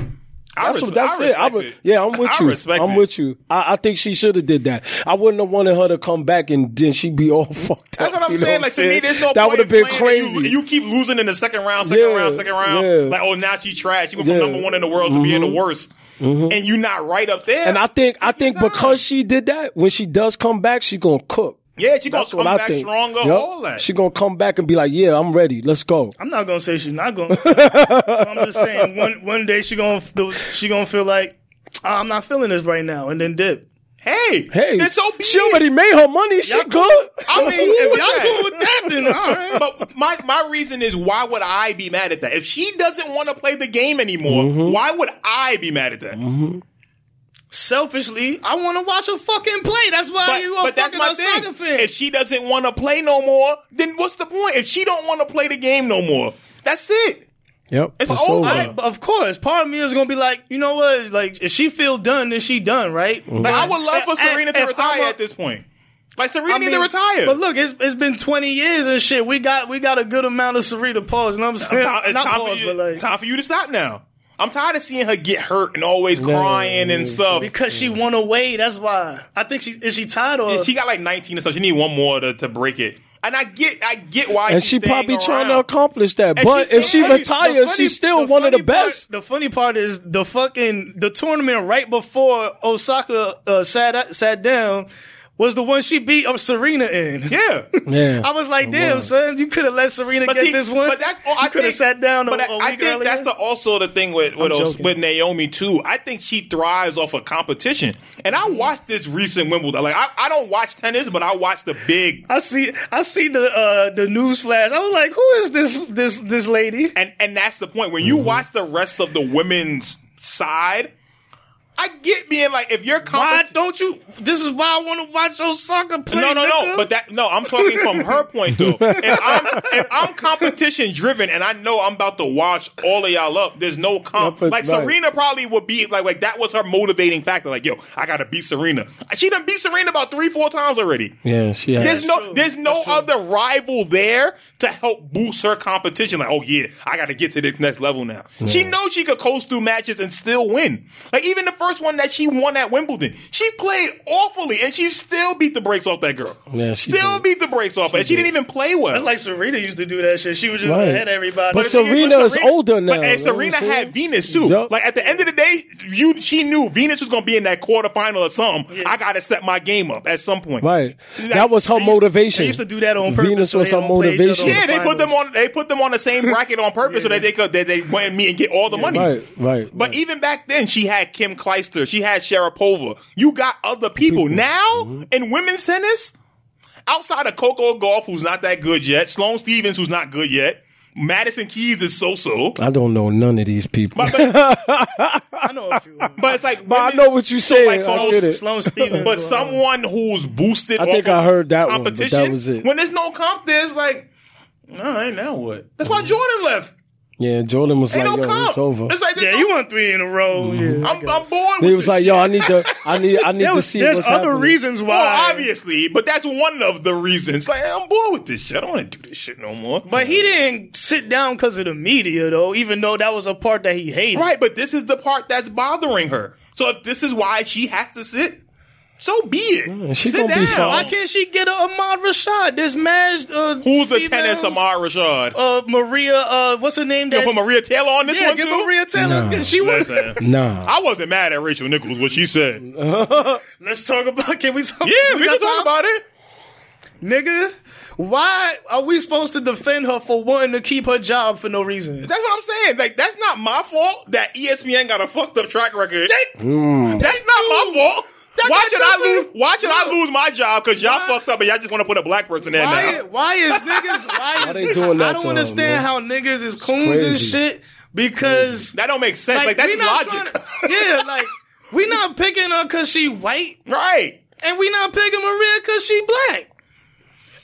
A: I
C: That's
A: respe-
C: what, that's
A: I
C: it. I
A: respect
C: re- yeah, I'm with
A: I
C: you.
A: respect
C: I'm
A: it.
C: with you. I, I think she should have did that. I wouldn't have wanted her to come back and then she'd be all fucked
A: That's
C: up.
A: what I'm
C: you know
A: saying. Like to me, there's no
C: that
A: point
C: would have
A: in
C: been
A: playing and
C: crazy.
A: You, you keep losing in the second round, second
C: Yeah,
A: round, second round.
C: yeah.
A: Like oh, now she trash. You went from
C: Yeah. Mm-hmm.
A: number one in the world to being the worst, and you not right up there.
C: and I think I
A: Take your
C: think
A: time.
C: because she did that, when she does come back, she gonna cook.
A: yeah, she gonna
C: That's
A: come
C: what I
A: back
C: think.
A: stronger.
C: Yup.
A: All that.
C: She gonna come back and be like, "Yeah, I'm ready. Let's go."
B: I'm not gonna say she's not gonna. I'm just saying one one day she gonna she gonna feel like "Ah, I'm not feeling this right now, and then dip.
A: hey,
C: Hey,
A: that's so. Be
C: she
A: it.
C: already made her money. She
B: Y'all
C: good.
B: cool- I mean, if y'all
A: that.
B: cool with that, then all right.
A: but my, my reason is why would I be mad at that? If she doesn't want to play the game anymore,
B: Mm-hmm.
A: why would I be mad at that?
B: Selfishly, I want to watch her fucking play. That's why
A: But,
B: you a
A: but that's
B: fucking
A: my
B: a soccer
A: thing.
B: fan.
A: If she doesn't want to play no more, then what's the point? If she don't want to play the game no more, that's it.
C: Yep,
A: It's over.
B: I, but of course, part of me is gonna be like, you know what? Like, if she feel done, then she done, right?
A: Like I would love for
B: If- if-
A: Serena to
B: eh, if
A: retire
B: I'm a-
A: at this point. Like Serena
B: I
A: need to
B: mean,
A: retire.
B: But look, it's it's been twenty years and shit. We got we got a good amount of Serena pause. You know what I'm saying?
A: time, it's
B: Not
A: time
B: pause,
A: for you,
B: but like
A: time for you to stop now. I'm tired of seeing her get hurt and always crying and stuff.
B: because she won away. That's why I think she is she tied or
A: Yeah, she got like 19 or something. She need one more to, to break it. And I get, I get why.
C: and
A: he's
C: she probably
A: staying
C: trying to
A: around.
C: accomplish that.
A: And
C: but
A: she-
C: if she
A: hey, the
C: retires,
B: funny-
C: she's still
B: the
C: one of the
B: funny part-
C: best.
B: The funny part is the fucking the tournament right before Osaka uh, sat sat down was the one she beat of Serena in.
A: Yeah.
C: Yeah.
B: I was like, damn, son, you could have let Serena get
A: see,
B: this one.
A: But that's all I
B: you could have
A: think-
B: sat down.
A: But
B: a,
A: I
B: a
A: I
B: week
A: think
B: earlier.
A: that's the also the thing with with,
B: I'm
A: Os-
B: joking.
A: with Naomi too. I think she thrives off of competition. And I watched this recent Wimbledon. Like I, I don't watch tennis, but I watch the big.
B: I see. I see the uh, the news flash. I was like, who is this this this lady?
A: And and that's the point. When you
C: Mm-hmm.
A: watch the rest of the women's side, I get being like if you're
B: Why
A: competition.
B: don't you? This is why I want to watch Osaka play.
A: No, no,
B: nigga.
A: no. But that no, I'm talking from her point though. If I'm if I'm competition driven and I know I'm about to wash all of y'all up, there's no comp.
C: Yeah, but-
A: Like
C: right.
A: Serena probably would be like like that was her motivating factor. Like yo, I gotta beat Serena. She done beat Serena about three four times already.
C: yeah, she has.
A: There's no,
B: true.
A: there's no
B: That's true.
A: other rival there to help boost her competition. Like, oh yeah, I got to get to this next level now. She knows she could coast through matches and still win. Like even the first one that she won at Wimbledon, she played awfully and she still beat the brakes off that girl.
C: Yeah, she
A: still
C: did.
A: beat the brakes off, her. and she didn't even play well.
B: That's like Serena used to do that shit. She was just
C: Right.
B: ahead of everybody.
C: But
B: the thing is,
C: Serena
B: but
C: is older now,
A: But,
C: you know
A: and
C: what
A: Serena
C: I'm saying?
A: had Venus too.
C: Yup.
A: Like at the end of the day, you she knew Venus was gonna be in that quarterfinal or something. I gotta step my game up at some point.
C: Right.
A: Like,
C: that was her
B: They used-
C: motivation.
B: They used to do that on purpose.
C: Venus
B: so
C: was
B: they
C: her
B: don't play each other
C: motivation.
B: on the
A: Yeah, they put them
B: finals.
A: on. They put them on the same bracket on purpose so that they could that they went and me and get all the money.
C: Right, right.
A: But
C: right.
A: even back then, she had Kim Kleister, she had Sharapova. You got other people now
C: Mm-hmm.
A: in women's tennis outside of Coco Golf, who's not that good yet. Sloane Stevens, who's not good yet. Madison Keys is so-so.
C: I don't know none of these people.
A: But, but,
B: I know a few.
A: but it's like,
C: But I
A: women-
C: know what you said.
A: like
C: I
A: Sloan-
C: get it. um,
B: Sloan Stevens.
A: but
B: was-
A: someone who's boosted.
C: I think
A: off of
C: I heard that one, but that
A: competition,
C: was it.
A: When there's no comp, there's like, no, ain't now what? That's why Jordan left.
C: Yeah, Jordan was
A: Ain't
C: like,
A: no
C: "Yo,
A: comp.
C: it's over."
A: It's like,
B: Yeah, you won three in a row.
C: Mm-hmm.
B: Yeah.
A: I'm, I'm bored.
C: They
A: with
C: was
A: this
C: like,
A: shit.
C: "Yo, I need to, I need, I need
B: There
C: to
B: was-
C: see
B: there's
C: what's
B: other
C: happening."
B: reasons why.
A: Well, obviously, but that's one of the reasons. Like, I'm bored with this shit. I don't want to do this shit no more.
B: But he didn't sit down because of the media, though. Even though that was a part that he hated.
A: right, but this is the part that's bothering her. So if this is why she has to sit, so be it.
C: she
A: sit
C: gonna
A: down.
C: be
B: Why can't she get a Ahmad Rashad? This match. Uh,
A: Who's the
B: females,
A: tennis Amar Rashad?
B: Uh, Maria. Uh, what's her name?
A: you
B: that-
A: gonna put Maria Taylor on this
B: yeah,
A: one
B: give
A: too.
B: Maria Taylor.
C: No.
B: She was.
A: Listen,
C: Nah,
A: I wasn't mad at Rachel Nichols what she said. Yeah,
B: Let's talk about. Can we talk?
A: we,
B: got
A: can talk
B: time?
A: about it.
B: Nigga, why are we supposed to defend her for wanting to keep her job for no reason?
A: That's what I'm saying. Like, that's not my fault that E ESPN got a fucked up track record. That's not my fault.
B: That
A: why
B: got
A: should I
B: nothing-
A: lose? Why should I lose my job? Cause y'all
B: Why-
A: fucked up and y'all just want to put a black person in
B: Why,
A: now.
B: why is niggas? Why, is,
C: they doing that
B: I don't
C: to her, man?
B: understand how niggas is coons and
C: crazy.
B: shit because
A: That don't make sense. Like,
B: we
A: that's
B: not
A: logic,
B: tryna- yeah, like we not picking her because she white,
A: right?
B: and we not picking Maria because she black.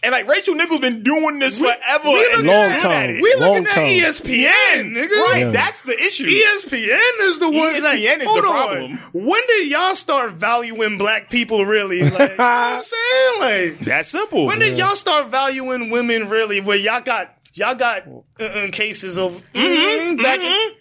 A: And like Rachel Nichols been doing this forever.
B: we
A: and
B: looking
A: y'all
C: long
A: mad
C: time.
A: at it.
B: We
C: Long
B: looking
C: time.
B: at E ESPN, nigga.
A: Right,
C: Yeah.
A: that's the issue.
B: E ESPN is the one.
A: ESPN
B: like,
A: is the
B: hold
A: problem.
B: On. When did y'all start valuing black people really? Like, you know what I'm saying? Like,
A: That's simple.
B: when did y'all start valuing women really? Where y'all got y'all got uh-uh cases of
A: Mm-hmm,
B: mm, back. in-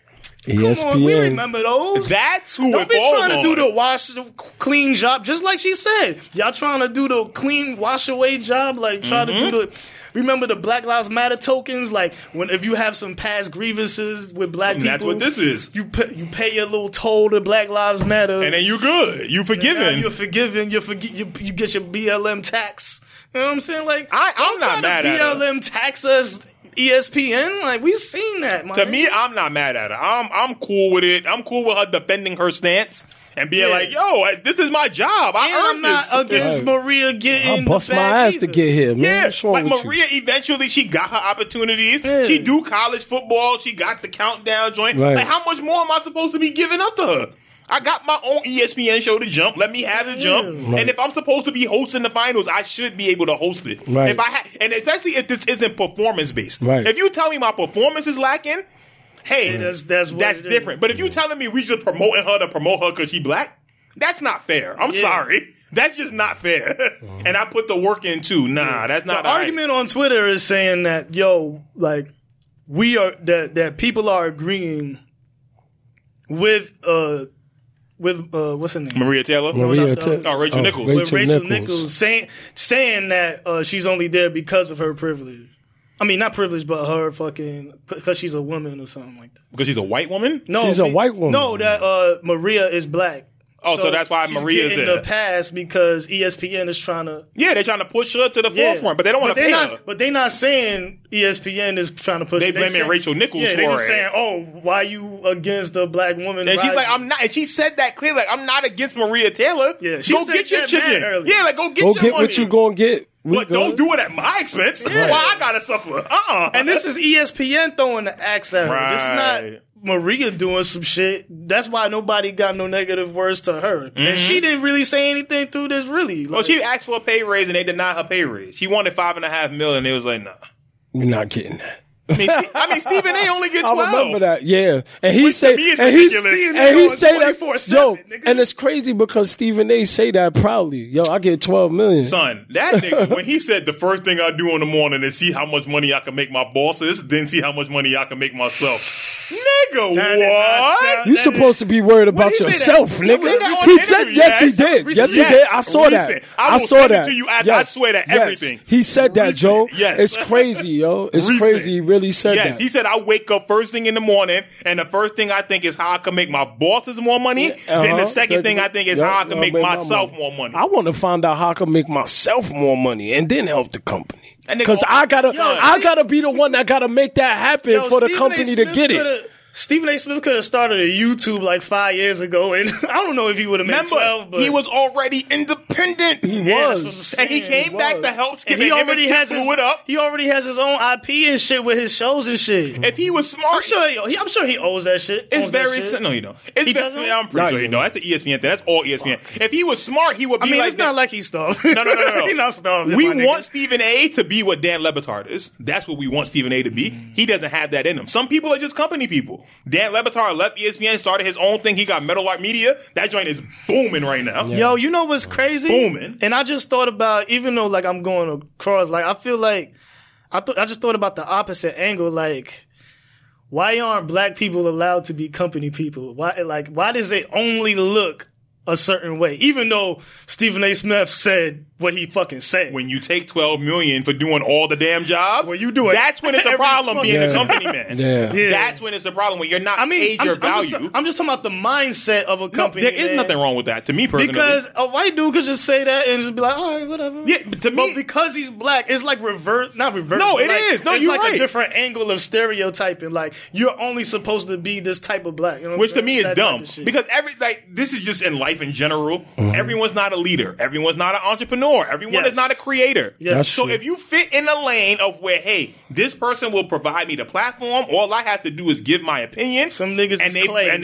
C: E
B: Come on, we
C: ESPN.
B: remember those.
A: that's who
B: don't
A: it
B: be
A: falls
B: trying to
A: on.
B: do the wash the clean job, just like she said. Y'all trying to do the clean wash away job, like try
A: Mm-hmm.
B: to do the. Remember the Black Lives Matter tokens, like when if you have some past grievances with black
A: And
B: people,
A: that's what this is.
B: you pay, you pay your little toll to Black Lives Matter,
A: And then you good. You
B: now
A: forgiven.
B: you're forgiven. You're forgi- you, you get your BLM tax. You know what I'm saying? Like
A: I- I'm
B: don't
A: not
B: try to
A: mad at her.
B: BLM tax us E ESPN. Like we seen that. my
A: to
B: nigga.
A: me, I'm not mad at her. I'm I'm cool with it. I'm cool with her defending her stance and being
B: Yeah.
A: like, "Yo, I- this is my job. I
B: And
A: earned
B: I'm not
A: this."
B: against Maria
C: I
B: getting.
C: bust
B: the
C: my
B: bag
C: ass to
B: either.
C: get here, man.
A: Yeah,
C: What's wrong
A: like
C: with you?
A: Maria, eventually she got her opportunities.
B: Yeah.
A: She do college football. She got the countdown joint.
C: Right.
A: Like, how much more am I supposed to be giving up to her? I got my own E ESPN show to jump. Let me have the jump.
C: Right.
A: And if I'm supposed to be hosting the finals, I should be able to host it.
C: Right.
A: If I ha- and especially if this isn't performance based.
C: Right.
A: If you tell me my performance is lacking, hey,
B: that's- that's what
A: that's
B: it is.
A: different. But if you telling me we should promoting her to promote her because she black, that's not fair. I'm
B: Yeah.
A: sorry. That's just not fair. and I put the work in too. Nah, that's not
B: The
A: all right.
B: argument on Twitter is saying that yo, like we are that that people are agreeing with uh with uh what's her name?
A: Maria Taylor.
C: Maria
B: no,
C: Taylor.
B: no.
A: Oh, Rachel Nichols.
C: Rachel
B: with Rachel Nichols,
C: Nichols.
B: saying saying that uh, she's only there because of her privilege. I mean, not privilege, but her fucking because she's a woman or something like that.
A: Because she's a white woman.
B: No,
C: She's a white woman.
B: No, that uh, Maria is black.
A: Oh, so that's why
B: she's
A: Maria is
B: getting
A: there.
B: the pass because E ESPN is trying to
A: Yeah, they're trying to push her to the
B: yeah.
A: forefront, but they don't want to
B: they're
A: pay
B: not-
A: her.
B: But they're not saying E ESPN is trying to push.
A: They
B: it.
A: blaming
B: saying-
A: Rachel Nichols
B: Yeah, they're
A: for
B: just
A: it.
B: saying, "Oh, why you against the black woman?"
A: And she's
B: rising?"
A: like, I'm not. And she said that clearly. Like, I'm not against Maria Taylor.
B: Yeah, she
A: go
B: said
A: get your
B: that mad
A: chicken.
B: early.
A: Yeah, like go get
C: Go
A: your
C: get
A: money.
C: what you gonna get. We
A: But don't
C: good.
A: do it at my expense. Why I gotta suffer? Uh uh
B: And this is E ESPN throwing the axe at her. It's
A: Right.
B: not Maria doing some shit. That's why nobody got no negative words to her. And she didn't really say anything through this, really.
A: Well, Mm-hmm.
B: Like,
A: Oh, she asked for a pay raise and they denied her pay raise. She wanted five and a half million. They was like, nah.
C: You're not getting that.
A: I mean, Ste- I mean, Stephen A. only gets
C: I
A: twelve.
C: remember that. Yeah, and he say
A: me is
C: and he
A: ridiculous.
C: and he
B: Going
C: say that
B: 24/7,
C: yo,
B: nigga.
C: and it's crazy because Stephen A. say that proudly. Yo, I get twelve million.
A: Son, that nigga, when he said the first thing I do in the morning is see how much money I can make my bosses, then see how much money I can make myself. Nigga,
B: That did not
A: what?
B: sound-
C: you
B: that
C: supposed to be worried about
A: he say that?
C: yourself,
A: He
C: nigga.
A: said that on
C: He
A: the
C: said
A: interview, yeah.
C: yes, he did.
A: Recent-
C: Yes, he
A: Yes,
C: did. I saw that.
A: recent. I
C: I
A: will
C: saw
A: send it
C: that.
A: to you after- I
C: Yes,
A: swear to
C: yes.
A: everything.
C: He said that,
A: Recent,
C: Joe.
A: yes.
C: it's crazy, yo. It's
A: Recent.
C: crazy. He really said
A: Yes,
C: that.
A: he said I wake up first thing in the morning, and the first thing I think is how I can make my bosses more money.
C: Uh-huh.
A: Then the second
C: That-
A: thing I think is
C: yeah,
A: how I can
C: yeah,
A: make
C: my
A: myself
C: money.
A: more money.
C: I want to find out how I can make myself more money and then help the company.
A: And they
C: Because
A: go-
C: I gotta,
A: Yo,
C: I
A: Steve-
C: gotta be the one that gotta make that happen
B: yo,
C: for the
B: Stephen A.
C: company to
B: Smith
C: get it.
B: coulda- Stephen A. Smith could have started a YouTube like five years ago, and I don't know if he would have made
A: Remember,
B: 12, but
A: he was already independent.
C: He
B: Yeah, that's
C: was.
B: what I'm
A: and he
B: saying.
A: came back
C: was.
A: to help
B: And
A: Skip.
B: he already has his,
A: blew it up.
B: He already has his own IP and shit with his shows and shit.
A: If he was
B: I'm
A: smart,
B: sure he, I'm sure he owes that shit.
A: It's
B: owns that
A: very
B: shit.
A: sim- no, you don't. It's
B: He
A: ve-
B: doesn't?
A: I'm pretty
C: Not
A: sure you
C: even.
A: know. That's the E ESPN thing. That's all ESPN. If he was smart, he would be
B: I mean,
A: like
B: it's
A: that.
B: not like he's starved.
A: no, no, no, no, no.
B: he's not starved.
A: We
B: my nigga.
A: want Stephen A. to be what Dan Levitard is. That's what we want Stephen A. to be. He doesn't have that in him. Some people are just company people. Dan Levitard left E ESPN, started his own thing. He got Metal Art Media. That joint is booming right now.
B: Yo, you know what's crazy?
A: Booming.
B: And I just thought about, even though like I'm going across, like I feel like I thought I just thought about the opposite angle. Like, why aren't black people allowed to be company people? Why like why does it only look a certain way? Even though Stephen A. Smith said what he fucking said.
A: When you take twelve million for doing all the damn jobs,
B: Well, you do it
A: That's when it's a
B: every
A: problem being a
C: fucking-
A: company man.
C: Yeah.
B: Yeah.
A: That's when it's a problem when you're not
B: I mean,
A: paid
B: I'm,
A: your
B: I'm
A: value.
B: just, I'm just talking about the mindset of
A: no,
B: a company.
A: there is
B: man.
A: nothing wrong with that. To me personally,
B: Because a white dude could just say that and just be like, all right, whatever.
A: Yeah, but to me-
B: but because he's black, it's like reverse, not reverse.
A: No,
B: but
A: it
B: like,
A: is. No,
B: it's
A: you're
B: like
A: right.
B: a different angle of stereotyping. Like you're only supposed to be this type of black, you know what
A: which to
B: I'm saying?
A: me is
B: That type
A: dumb
B: of shit.
A: because every like this is just in life in general. Everyone's not a leader. Everyone's not an entrepreneur. Everyone
B: Yes.
A: is not a creator.
B: Yes. That's
A: So
C: true.
A: if you fit in a lane of where hey, this person will provide me the platform. All I have to do is give my opinion.
B: Some niggas is clay, man.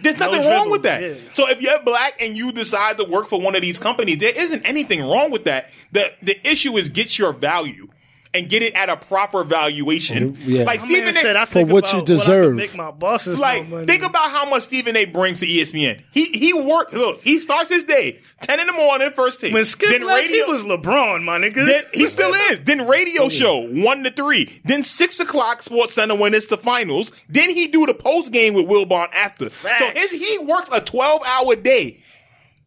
A: there's
B: No
A: nothing wrong
B: drizzle,
A: with that.
B: yeah.
A: So if you're black and you decide to work for one of these companies, there isn't anything wrong with that. the The issue is get your value. And get it at a proper valuation.
C: Yeah.
A: Like
B: My
A: Stephen
B: man
A: A-
B: said, I
C: For
B: think
C: what
B: about
C: you
B: what I could
C: deserve.
B: make my bosses
A: like,
B: more money.
A: think about how much Stephen A. brings to E ESPN. He he worked. Look, he starts his day ten in the morning, first thing.
B: when Skip
A: then
B: left,
A: radio.
B: he was LeBron, my nigga.
A: then, he still is. Then radio
B: Oh.
A: show one to three. Then six o'clock Sports Center when it's the finals. Then he do the post game with Wilbon after. So
B: Facts.
A: his, he works a twelve hour day.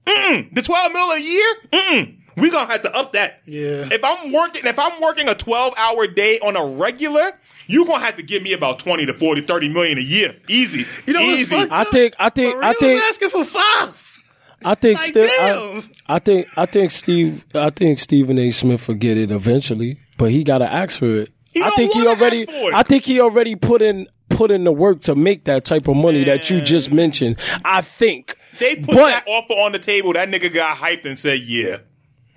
A: Mm-mm. The twelve mil a year. Mm-mm. We gonna have to up that.
B: Yeah.
A: If I'm working, if I'm working a twelve hour day on a regular. You're gonna have to give me about 20 to 40, 30 million a year. Easy.
B: you know what's
A: Easy.
B: fucked
C: I
B: up?
C: think- I think-
B: Maria
C: I think-
B: was asking for five.
C: I think
B: Like,
C: still,
B: damn.
C: I, I think I think Steve, I think Stephen A. Smith will get it eventually, but he gotta ask for it.
A: He
C: I
A: don't
C: think he
A: wanna ask
C: already,
A: for it.
C: I think he already put in put in the work to make that type of money that you just mentioned. I think
A: They put
C: But-
A: that offer on the table. That nigga got hyped and said, "Yeah."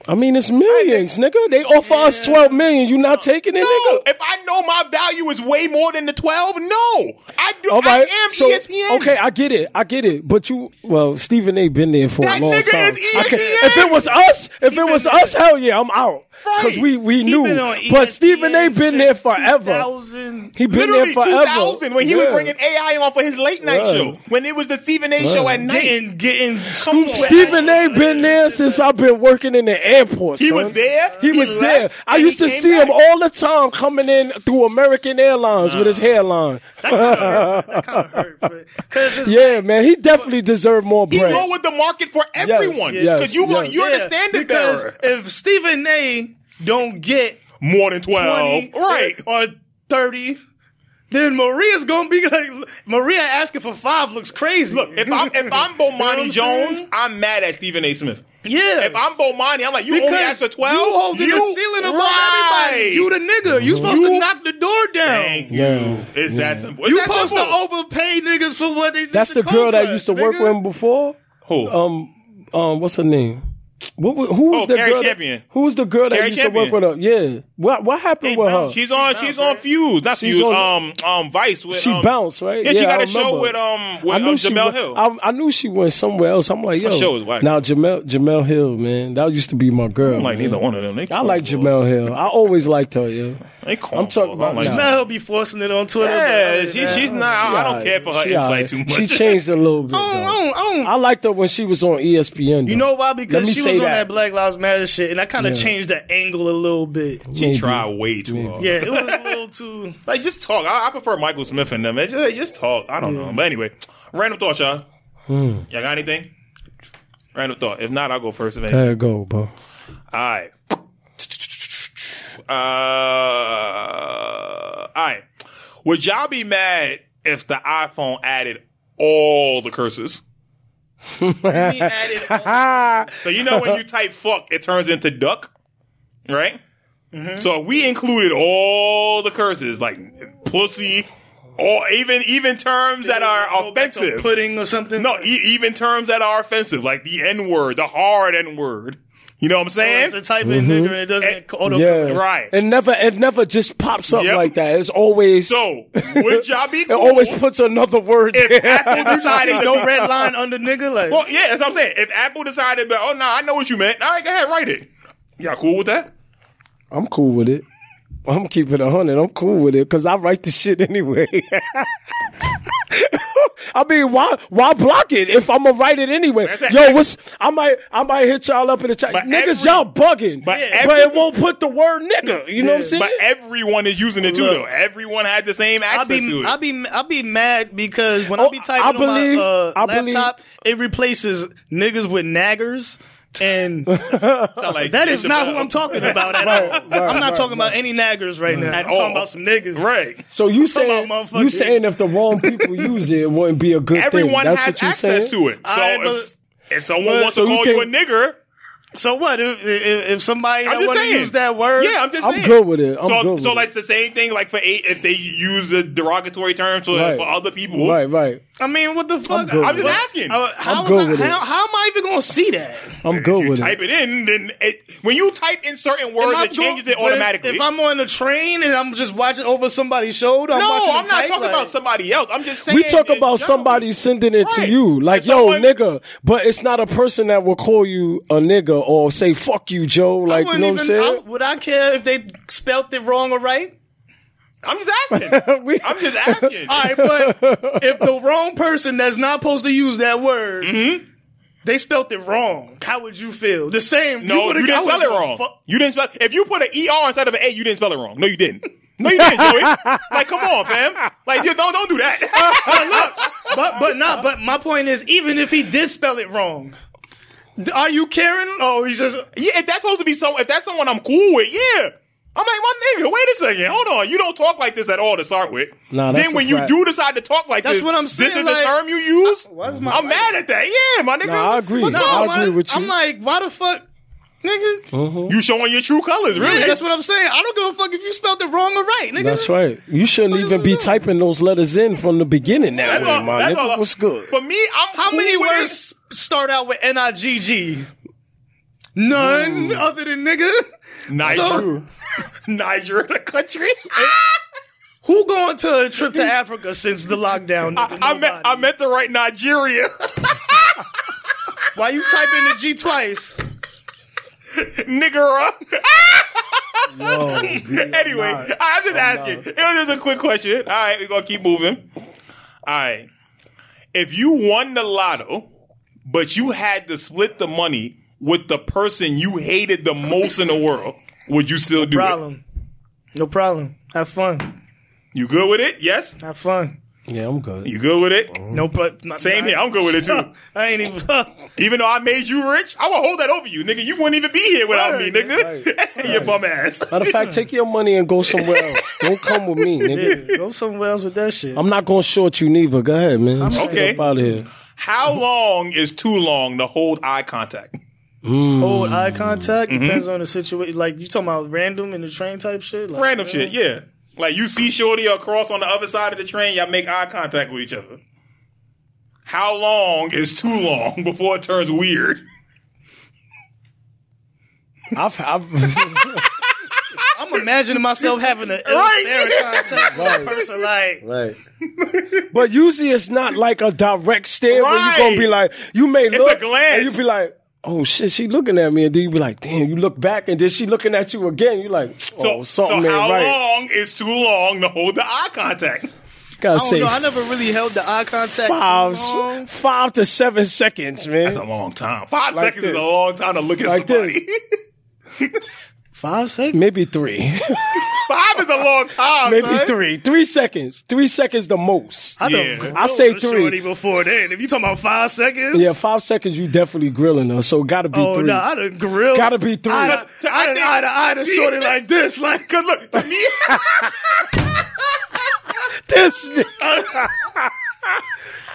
C: I mean, it's millions, nigga. They offer us twelve million. You not taking it,
A: No,
C: nigga?
A: if I know my value is way more than the twelve, no, I E do.
C: All right,
A: I am
C: so
A: ESPN.
C: okay, I get it, I get it. But you, well, Stephen A. been there for
A: That
C: a long
A: nigga
C: time.
A: is E
C: I can't-
A: ESPN.
C: if it was us, if it was us, hell yeah, I'm out because
A: Right.
C: we we
B: He
C: knew.
B: been on
A: E
B: E
C: But
B: ESPN
C: Stephen A. been there
B: since
C: forever.
B: 2000.
C: He been
A: literally
C: there forever.
A: 2000 when he was
C: Yeah.
A: bringing AI on for his late night
C: Right.
A: show when it was the Stephen A. show at night.
B: getting getting
A: Come on.
B: scoops.
C: Stephen A. been there since I've been working in the airport.
A: He
C: son.
A: was there?
C: He,
A: He
C: was
A: left,
C: there. I
A: and he
C: used to
A: came
C: see him
A: back?
C: all the time coming in through American Airlines with his hairline.
B: kind of hurt. Because it's
C: Yeah, man, he definitely deserved more
A: He
C: bread.
A: lowered the market for everyone.
C: yes,
A: Because you,
C: yes.
A: you're
B: Yeah,
A: the standard
B: because
A: bearer.
B: if Stephen A. don't get
A: More than 12.
B: 20
A: right.
B: or 30, then Maria's ggoing to be like, Maria asking for five looks crazy.
A: Look, if I'm, if I'm Bomani
B: You know what I'm
A: Jones,
B: saying?
A: I'm mad at Stephen A. Smith.
B: yeah.
A: If I'm Bomani, I'm like, you only asked for 12?
B: You holding the ceiling above everybody. You the nigga. You supposed to
A: You-
B: knock the door down.
A: Thank you.
C: Yeah.
A: It's that simple. It's
B: You
A: that
B: supposed to
A: simple.
B: overpay niggas for what they did
C: That's
B: to
C: the girl that
B: Coldplay,
C: used to work
B: nigga.
C: with him before.
A: Who?
C: Um, um, what's her name? What wa- who was
A: Oh,
C: the
A: Carrie
C: girl? that-
A: Champion.
C: who was the girl that
A: Carrie
C: used
A: Champion.
C: to work with her? Yeah. What what happened with her?
A: She's on. She's on
B: right?
A: Fuse. Not
C: She's
A: Fuse.
C: on-
A: um, um, Vice. With,
C: she
A: um,
C: bounced, right?
A: Yeah, she got
C: I
A: a show
C: remember.
A: with um with
C: I knew
A: um,
C: she
A: Jamel
C: went,
A: Hill.
C: I, I knew she went somewhere else. I'm like, yo,
A: show is whack.
C: now Jamel Jamel Hill, man, that used to be my girl.
A: I'm like
C: man.
A: neither one of them. They
C: I like Jamel Hill. I always liked her, yo.
A: They call
C: I'm talking about
A: like
C: now.
B: Man, he'll be forcing it on Twitter.
A: Yeah,
B: but-
A: she, she's not. I, I don't
C: Alright,
A: care for her
C: she
A: insight
C: alright.
A: too much.
C: She changed a little bit.
B: I
C: though.
B: don't, I don't, I don't
C: I liked her when she was on E ESPN.
B: You
C: though.
B: know why? Because
C: me
B: she
C: say
B: was on
C: that.
B: that Black Lives Matter shit, and I kind of changed the angle a little bit.
A: She
C: Maybe.
A: tried way too hard.
B: Yeah, it was a little too.
A: Like just talk. I, I prefer Michael Smith and them. Just, they just talk. I don't know. But anyway, random thought, y'all.
C: Hmm.
A: Y'all got anything? Random thought. If not, I'll go first. If anything.
C: There you go, bro.
A: All right. Uh, all right. Uh, Would y'all be mad if the iPhone added all the curses?
B: He added all-
A: So you know when you type fuck, it turns into duck, right?
B: Mm-hmm.
A: So if we included all the curses like pussy, or even even terms that are
B: Go back to
A: offensive.
B: pudding or something.
A: No, e- even terms that are offensive, like the N word, the hard N word. You know what I'm saying?
B: it's a type in nigger and it doesn't auto
C: Yeah,
A: Right.
C: It never, it never just pops up
A: Yep.
C: like that. It's always
A: So would y'all be
C: It
A: cool
C: always puts another word.
A: if
C: there.
A: Apple decided
B: No
A: to
B: red line under nigga. Like,
A: well, yeah, that's what I'm saying. If Apple decided, but oh no, I know what you meant. All right, go ahead, write it. Y'all cool with that?
C: I'm cool with it. I'm keeping a hundred. I'm cool with it because I write the shit anyway. I mean, why why block it if I'm gonna write it anyway?
A: That's it.
C: Yo, what's I might I might hit y'all up in the chat.
A: But
C: Niggas,
A: every-
C: y'all bugging,
A: but
C: but,
A: every-
C: it won't put the word nigga. You know what I'm saying?
A: But everyone is using it too,
B: Look.
A: though. Everyone had the same
B: I'll
A: access to
B: be,
A: it.
B: I'll be, I'll be mad because when
C: Oh,
B: I be typing
C: I
B: on
C: believe-
B: my uh,
C: I believe-
B: laptop, it replaces niggas with naggers, and
A: Sound like
B: that is
A: Jacob
B: not who
A: Bell.
B: I'm talking about at all. I'm not talking about any naggers right now. I'm
A: all.
B: talking about some niggas.
A: Right.
C: so you
B: Come
C: saying
B: on, motherfucker.
C: you saying if the wrong people use it, it wouldn't be a good
A: Everyone
C: thing. That's
A: has
C: what you
A: access
C: saying?
A: to it. So
B: Alright,
A: if, if someone
C: but-
A: wants
C: so
A: to
C: you
A: call you a
C: think-
A: nigger,
B: So what if if, if somebody
A: I'm
B: that
A: just
B: want to
A: saying.
B: use that word?
A: Yeah, I'm just
C: I'm
A: saying.
C: good with it. I'm
A: so
C: good with
A: so
C: it.
A: like the same thing like for eight if they use the derogatory terms for,
C: Right.
A: for other people.
C: Right, right.
B: I mean, what the fuck?
C: good
A: I'm just asking.
B: I- how,
C: I'm
B: was
C: good
B: I-
C: with it.
B: how, how am I even going to see that?
C: I'm
A: If
C: good
A: you
C: with
A: type
C: it.
A: it. in, then it, when you type in certain
B: Am
A: words,
B: I
A: it changes
B: drunk?
A: it
B: But if-
A: automatically.
B: If, I'm on a train and I'm just watching over somebody's shoulder, I'm
A: no,
B: watching
A: I'm
B: them
A: not
B: type,
A: talking
B: like,
A: about somebody else. I'm just saying.
C: We talk
A: in general.
C: about somebody sending it to
A: Right.
C: you, like
A: If
C: yo
A: someone-
C: nigga, but it's not a person that will call you a nigga or say fuck you Joe,
B: I
C: like you
B: wouldn't
C: know what I'm
B: even-
C: saying?
B: I- would I care if they spelt it wrong or right?
A: I'm just asking.
C: We-
A: I'm just asking.
B: All right, but if the wrong person that's not supposed to use that word,
A: Mm-hmm.
B: they spelt it wrong, how would you feel? The same.
A: No,
B: would've-
A: you
B: I
A: didn't spell
B: would've
A: it
B: given a
A: wrong.
B: fuck.
A: You didn't spell. If you put an er instead of an a, you didn't spell it wrong. No, you didn't. No, you didn't, Joey. like, come on, fam. Like, you don't don't do that.
B: but but not. But my point is, even if he did spell it wrong, d- are you caring? Oh, he's just.
A: yeah, if that's supposed to be some, if that's someone I'm cool with, yeah. I'm like, my nigga, wait a second, hold on. You don't talk like this at all to start with.
C: Nah, that's
A: then
C: a
A: when you
C: fact.
A: do decide to talk like
B: That's
A: this,
B: what I'm
A: This is
B: saying, like- uh,
A: the term you use.
B: Why's my
A: I'm
B: life-
A: mad at that. Yeah, my nigga.
C: Nah, I
A: what's-
C: agree.
A: what's
C: No,
A: up?
C: I agree with you.
B: I'm like, why the fuck, nigga?
C: Mm-hmm.
A: You showing your true colors, really?
B: Really? That's what I'm saying. I don't give a fuck if you spelled it wrong or right, nigga.
C: That's right. You shouldn't
B: What is
C: even be
B: it?
C: typing those letters in from the beginning that
A: That's
C: way, my
A: that's
C: nigga.
A: all I-
C: What's good?
A: For me, I'm
B: How
A: cool
B: many
A: with
B: words
A: it.
B: s- start out with N I G G? None other than nigga.
A: Niger,
B: So-
A: Niger, the country.
B: Who going to a trip to Africa since the lockdown? Nigga?
A: I meant, I
B: Nobody.
A: meant to write Nigeria.
B: Why you typing the G twice?
A: Nigger.
C: Yo,
A: anyway, I'm just asking. It was just a quick question. All right, we're gonna keep moving. All right. If you won the lotto, but you had to split the money with the person you hated the most in the world, would you still do it?
B: Problem. No problem. Have fun.
A: You good with it? Yes.
B: Have fun.
C: Yeah, I'm good.
A: You good with it?
B: No problem.
A: Same here. I'm good with it too.
B: I ain't even. Right.
A: Even though I made you rich, I will hold that over you, nigga. You wouldn't even be here without me, nigga. Your bum ass.
C: Matter of fact, take your money and go somewhere else. Don't come with me, nigga.
B: Go somewhere else with that shit.
C: I'm not gonna short you neither. Go ahead, man. Just get
A: Okay.
C: up out of here.
A: How long is too long to hold eye contact?
B: Old eye contact depends on the situation. Like you talking about random in the train type shit. Like,
A: Random
B: man,
A: shit, yeah. Like you see Shorty across on the other side of the train, y'all make eye contact with each other. How long is too long before it turns weird?
C: Oh, I've, I've
B: I'm imagining myself having a
A: Right.
B: right. contact with a
C: Right.
B: person. Like
C: right. But usually it's not like a direct stare where you're gonna be like, you may
A: a
C: look
A: glance.
C: and you be like, oh shit, she looking at me, and then you be like, damn, you look back, and then she looking at you again. You like, oh,
A: So,
C: something
A: so
C: ain't
A: how
C: right.
A: long is too long to hold the eye contact?
C: Gotta
B: I don't
C: say,
B: know. I never really held the eye contact.
C: five,
B: Too long.
C: five to seven seconds,
A: That's
C: man.
A: a long time. Five
C: Like
A: seconds is
C: this.
A: a long time to look at
C: Like
A: somebody.
B: Five seconds.
C: Maybe three,
A: Five is a long time.
C: maybe
A: son.
C: three, three seconds, three seconds the most.
B: I
A: Yeah.
B: done
C: I say
B: grilled a
C: three.
B: shorty before then. If you talking about five seconds,
C: Yeah, five seconds. You definitely grilling her, so gotta be
B: Oh
C: three.
B: no, I done grilled.
C: Gotta be three.
B: I done,
A: To-
B: I done
A: think-
B: eye to eye to shorty like this. Like
A: Cause look, to me,
C: this, nigga-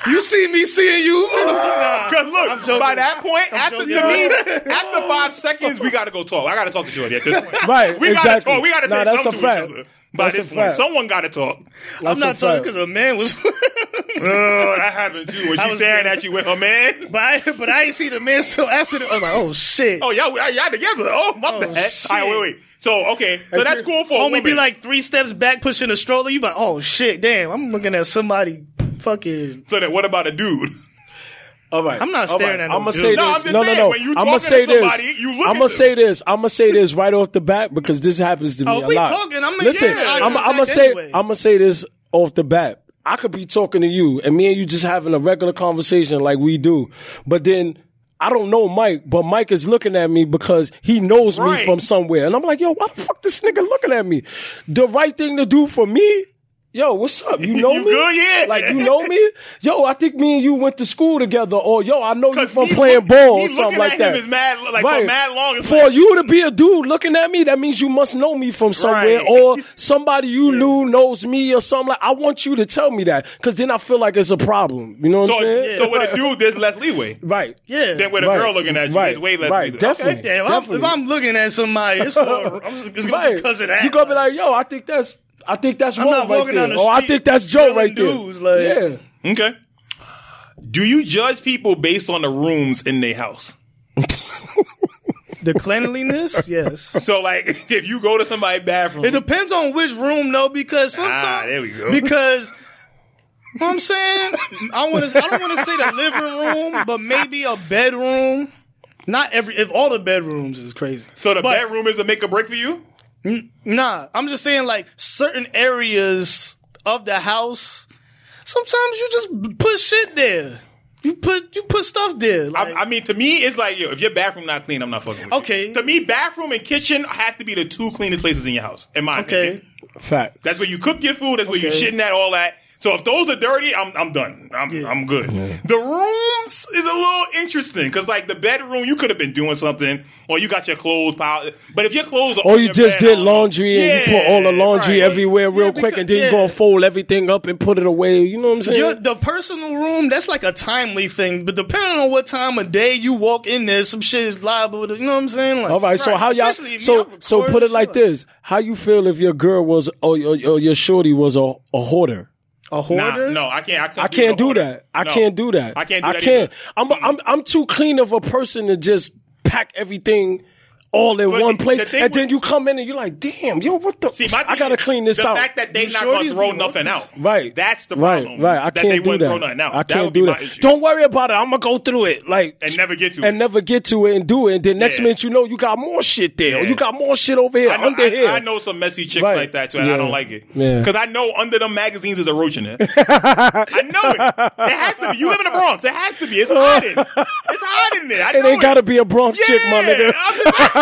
B: you see me seeing you. Nah.
A: cause look, by that point, after to
B: joking.
A: me, after five seconds, we gotta go talk. I gotta talk to Jordy at this point.
C: Right,
A: we gotta
C: exactly.
A: talk. We gotta say
C: Nah, that's
A: something
C: a
A: to each
C: fact.
A: other. By
C: That's
A: this
C: a
A: point,
C: fact.
A: someone gotta talk.
B: I'm not
C: That's a
B: talking
C: fact.
B: because a man was.
A: Oh, that happened too. When
B: I
A: she
B: was
A: staring
B: there.
A: at you with her man.
B: But I, but I ain't see the man still after the. I'm like, oh shit.
A: Oh, y'all, y'all together. Oh, my
B: Oh,
A: bad.
B: shit.
A: All right, wait, wait. So, okay. So that's cool for a
B: Only
A: woman.
B: be like three steps back pushing a stroller. You like, oh shit, damn. I'm looking at somebody. Fucking.
A: so then what about a dude?
C: All right.
B: I'm not staring at no
C: I'm gonna
B: dude.
C: say
A: No, I'm
C: this.
A: just
C: No, no,
A: saying,
C: no.
A: when you
C: I'm gonna
A: talking to
C: say
A: somebody,
C: this.
A: you look at
C: I'm gonna
A: them.
C: say this. I'm gonna say this right off the bat because this happens to me
B: Oh,
C: a
B: we
C: lot.
B: talking. I'm a-
C: Listen,
B: yeah, eye
C: I'm, I'm gonna
B: contact
C: say.
B: anyway.
C: I'm gonna say this off the bat. I could be talking to you, and me and you just having a regular conversation like we do, but then. I don't know Mike, but Mike is looking at me because he knows
A: Right.
C: me from somewhere. And I'm like, yo, why the fuck this nigga looking at me? The right thing to do for me? Yo, what's up? You know
A: You
C: me?
A: good? Yeah.
C: Like, you know me? Yo, I think me and you went to school together, or yo, I know you
A: Cause
C: from
A: me
C: playing
A: look-
C: ball
A: me
C: or something
A: looking
C: like
A: at
C: that.
A: him is mad, like, for mad long, it's
C: For
A: like-
C: you to be a dude looking at me, that means you must know me from somewhere,
A: Right.
C: or somebody you knew knows me, or something. Like, I want you to tell me that, because then I feel like it's a problem. You know what
A: So,
C: I'm saying?
A: so with a dude, there's less leeway
C: right.
B: Yeah.
A: than with a
C: Right.
A: girl looking at you.
C: Right.
A: There's way less
C: Right.
A: leeway.
C: Definitely.
A: Okay.
B: yeah, if I'm, if
C: Definitely.
B: I'm looking at somebody, it's for I'm just, it's gonna be
C: Right.
B: because of that.
C: You gonna be like, yo, I think that's. I think that's
B: I'm
C: wrong
B: not
C: right
B: walking down
C: there.
B: the
C: Oh, I
B: street
C: think that's Joe
B: killing
C: right there.
B: dudes, like-
C: yeah.
A: Okay. Do you judge people based on the rooms in their house?
B: the cleanliness. Yes.
A: So, like, if you go to somebody's bathroom,
B: It depends on which room though, because sometimes
A: Ah, there we go.
B: Because you know what I'm saying I want to. I don't want to say the living room, but maybe a bedroom. Not every. If all the bedrooms is crazy.
A: so the
B: but-
A: bedroom is a make or break for you?
B: Nah, I'm just saying like certain areas of the house. Sometimes you just put shit there. You put you put stuff there.
A: I,
B: Like,
A: I mean, to me, it's like, yo, if your bathroom not clean, I'm not fucking with you.
B: Okay.
A: To me, bathroom and kitchen have to be the two cleanest places in your house, in my
B: okay.
A: opinion.
C: Fact.
A: That's where you cook your food. That's where you
B: Okay.
A: shitting at all that. So if those are dirty, I'm I'm done. I'm I'm good. The rooms is a little interesting because like the bedroom, you could have been doing something, or you got your clothes piled. But if your clothes are
C: Or
A: on
C: you
A: your
C: just
A: bed, oh,
C: did laundry and you put all the
A: Yeah,
C: laundry
A: right.
C: everywhere real
B: Yeah,
C: quick and then you
B: because-
C: go
B: yeah.
C: fold everything up and put it away. You know what I'm saying?
B: Your, the personal room, that's like a timely thing, but depending on what time of day you walk in there, some shit is liable to, you know what I'm saying? Like,
C: all right, so
B: Right,
C: how y'all?
B: especially me,
C: So
B: I'm
C: so put
B: recording,
C: it like
B: sure.
C: this: How you feel if your girl was or your, or your shorty was a, a hoarder?
B: a
A: Nah,
B: hoarder?
A: no, I can't. I, couldn't
C: I can't
A: the
C: do
A: order.
C: that. I
A: No.
C: can't do that.
A: I can't do
C: I
A: that
C: can't.
A: either.
C: I'm, I'm I'm too clean of a person to just pack everything all in
A: But
C: one
A: the-
C: place,
A: the thing
C: and then
A: with-
C: you come in and you're like, "Damn, yo, what the?
A: See, my
C: I
A: thing
C: gotta
A: is
C: clean this
A: the
C: out."
A: fact that they
B: You
A: not
B: sure
A: gonna
B: these
A: throw
B: be
A: nothing out.
C: Right.
A: That's the
C: right,
A: problem.
C: Right. I
A: that
C: can't
A: they
C: do
A: wouldn't
C: that.
A: throw nothing out.
C: I
A: that
C: can't
A: would be
C: do
A: my
C: that.
A: issue.
C: Don't worry about it. I'm gonna go through it. Like
A: and never get to
C: and
A: it.
C: never get to it and do it. And then next
A: Yeah.
C: minute you know you got more shit there. Or
A: Yeah.
C: you got more shit over here,
A: I know,
C: under
A: I-
C: here.
A: I know some messy chicks
C: Right.
A: like that too, and I
C: Yeah.
A: don't like it.
C: Yeah.
A: Because I know under them magazines is a roach in there. I know it. It has to be. You live in the Bronx. It has to be. It's hot in. It's hot in pregnant. I
C: It
A: know
C: ain't gotta be a Bronx chick, my
A: Yeah,
C: nigga.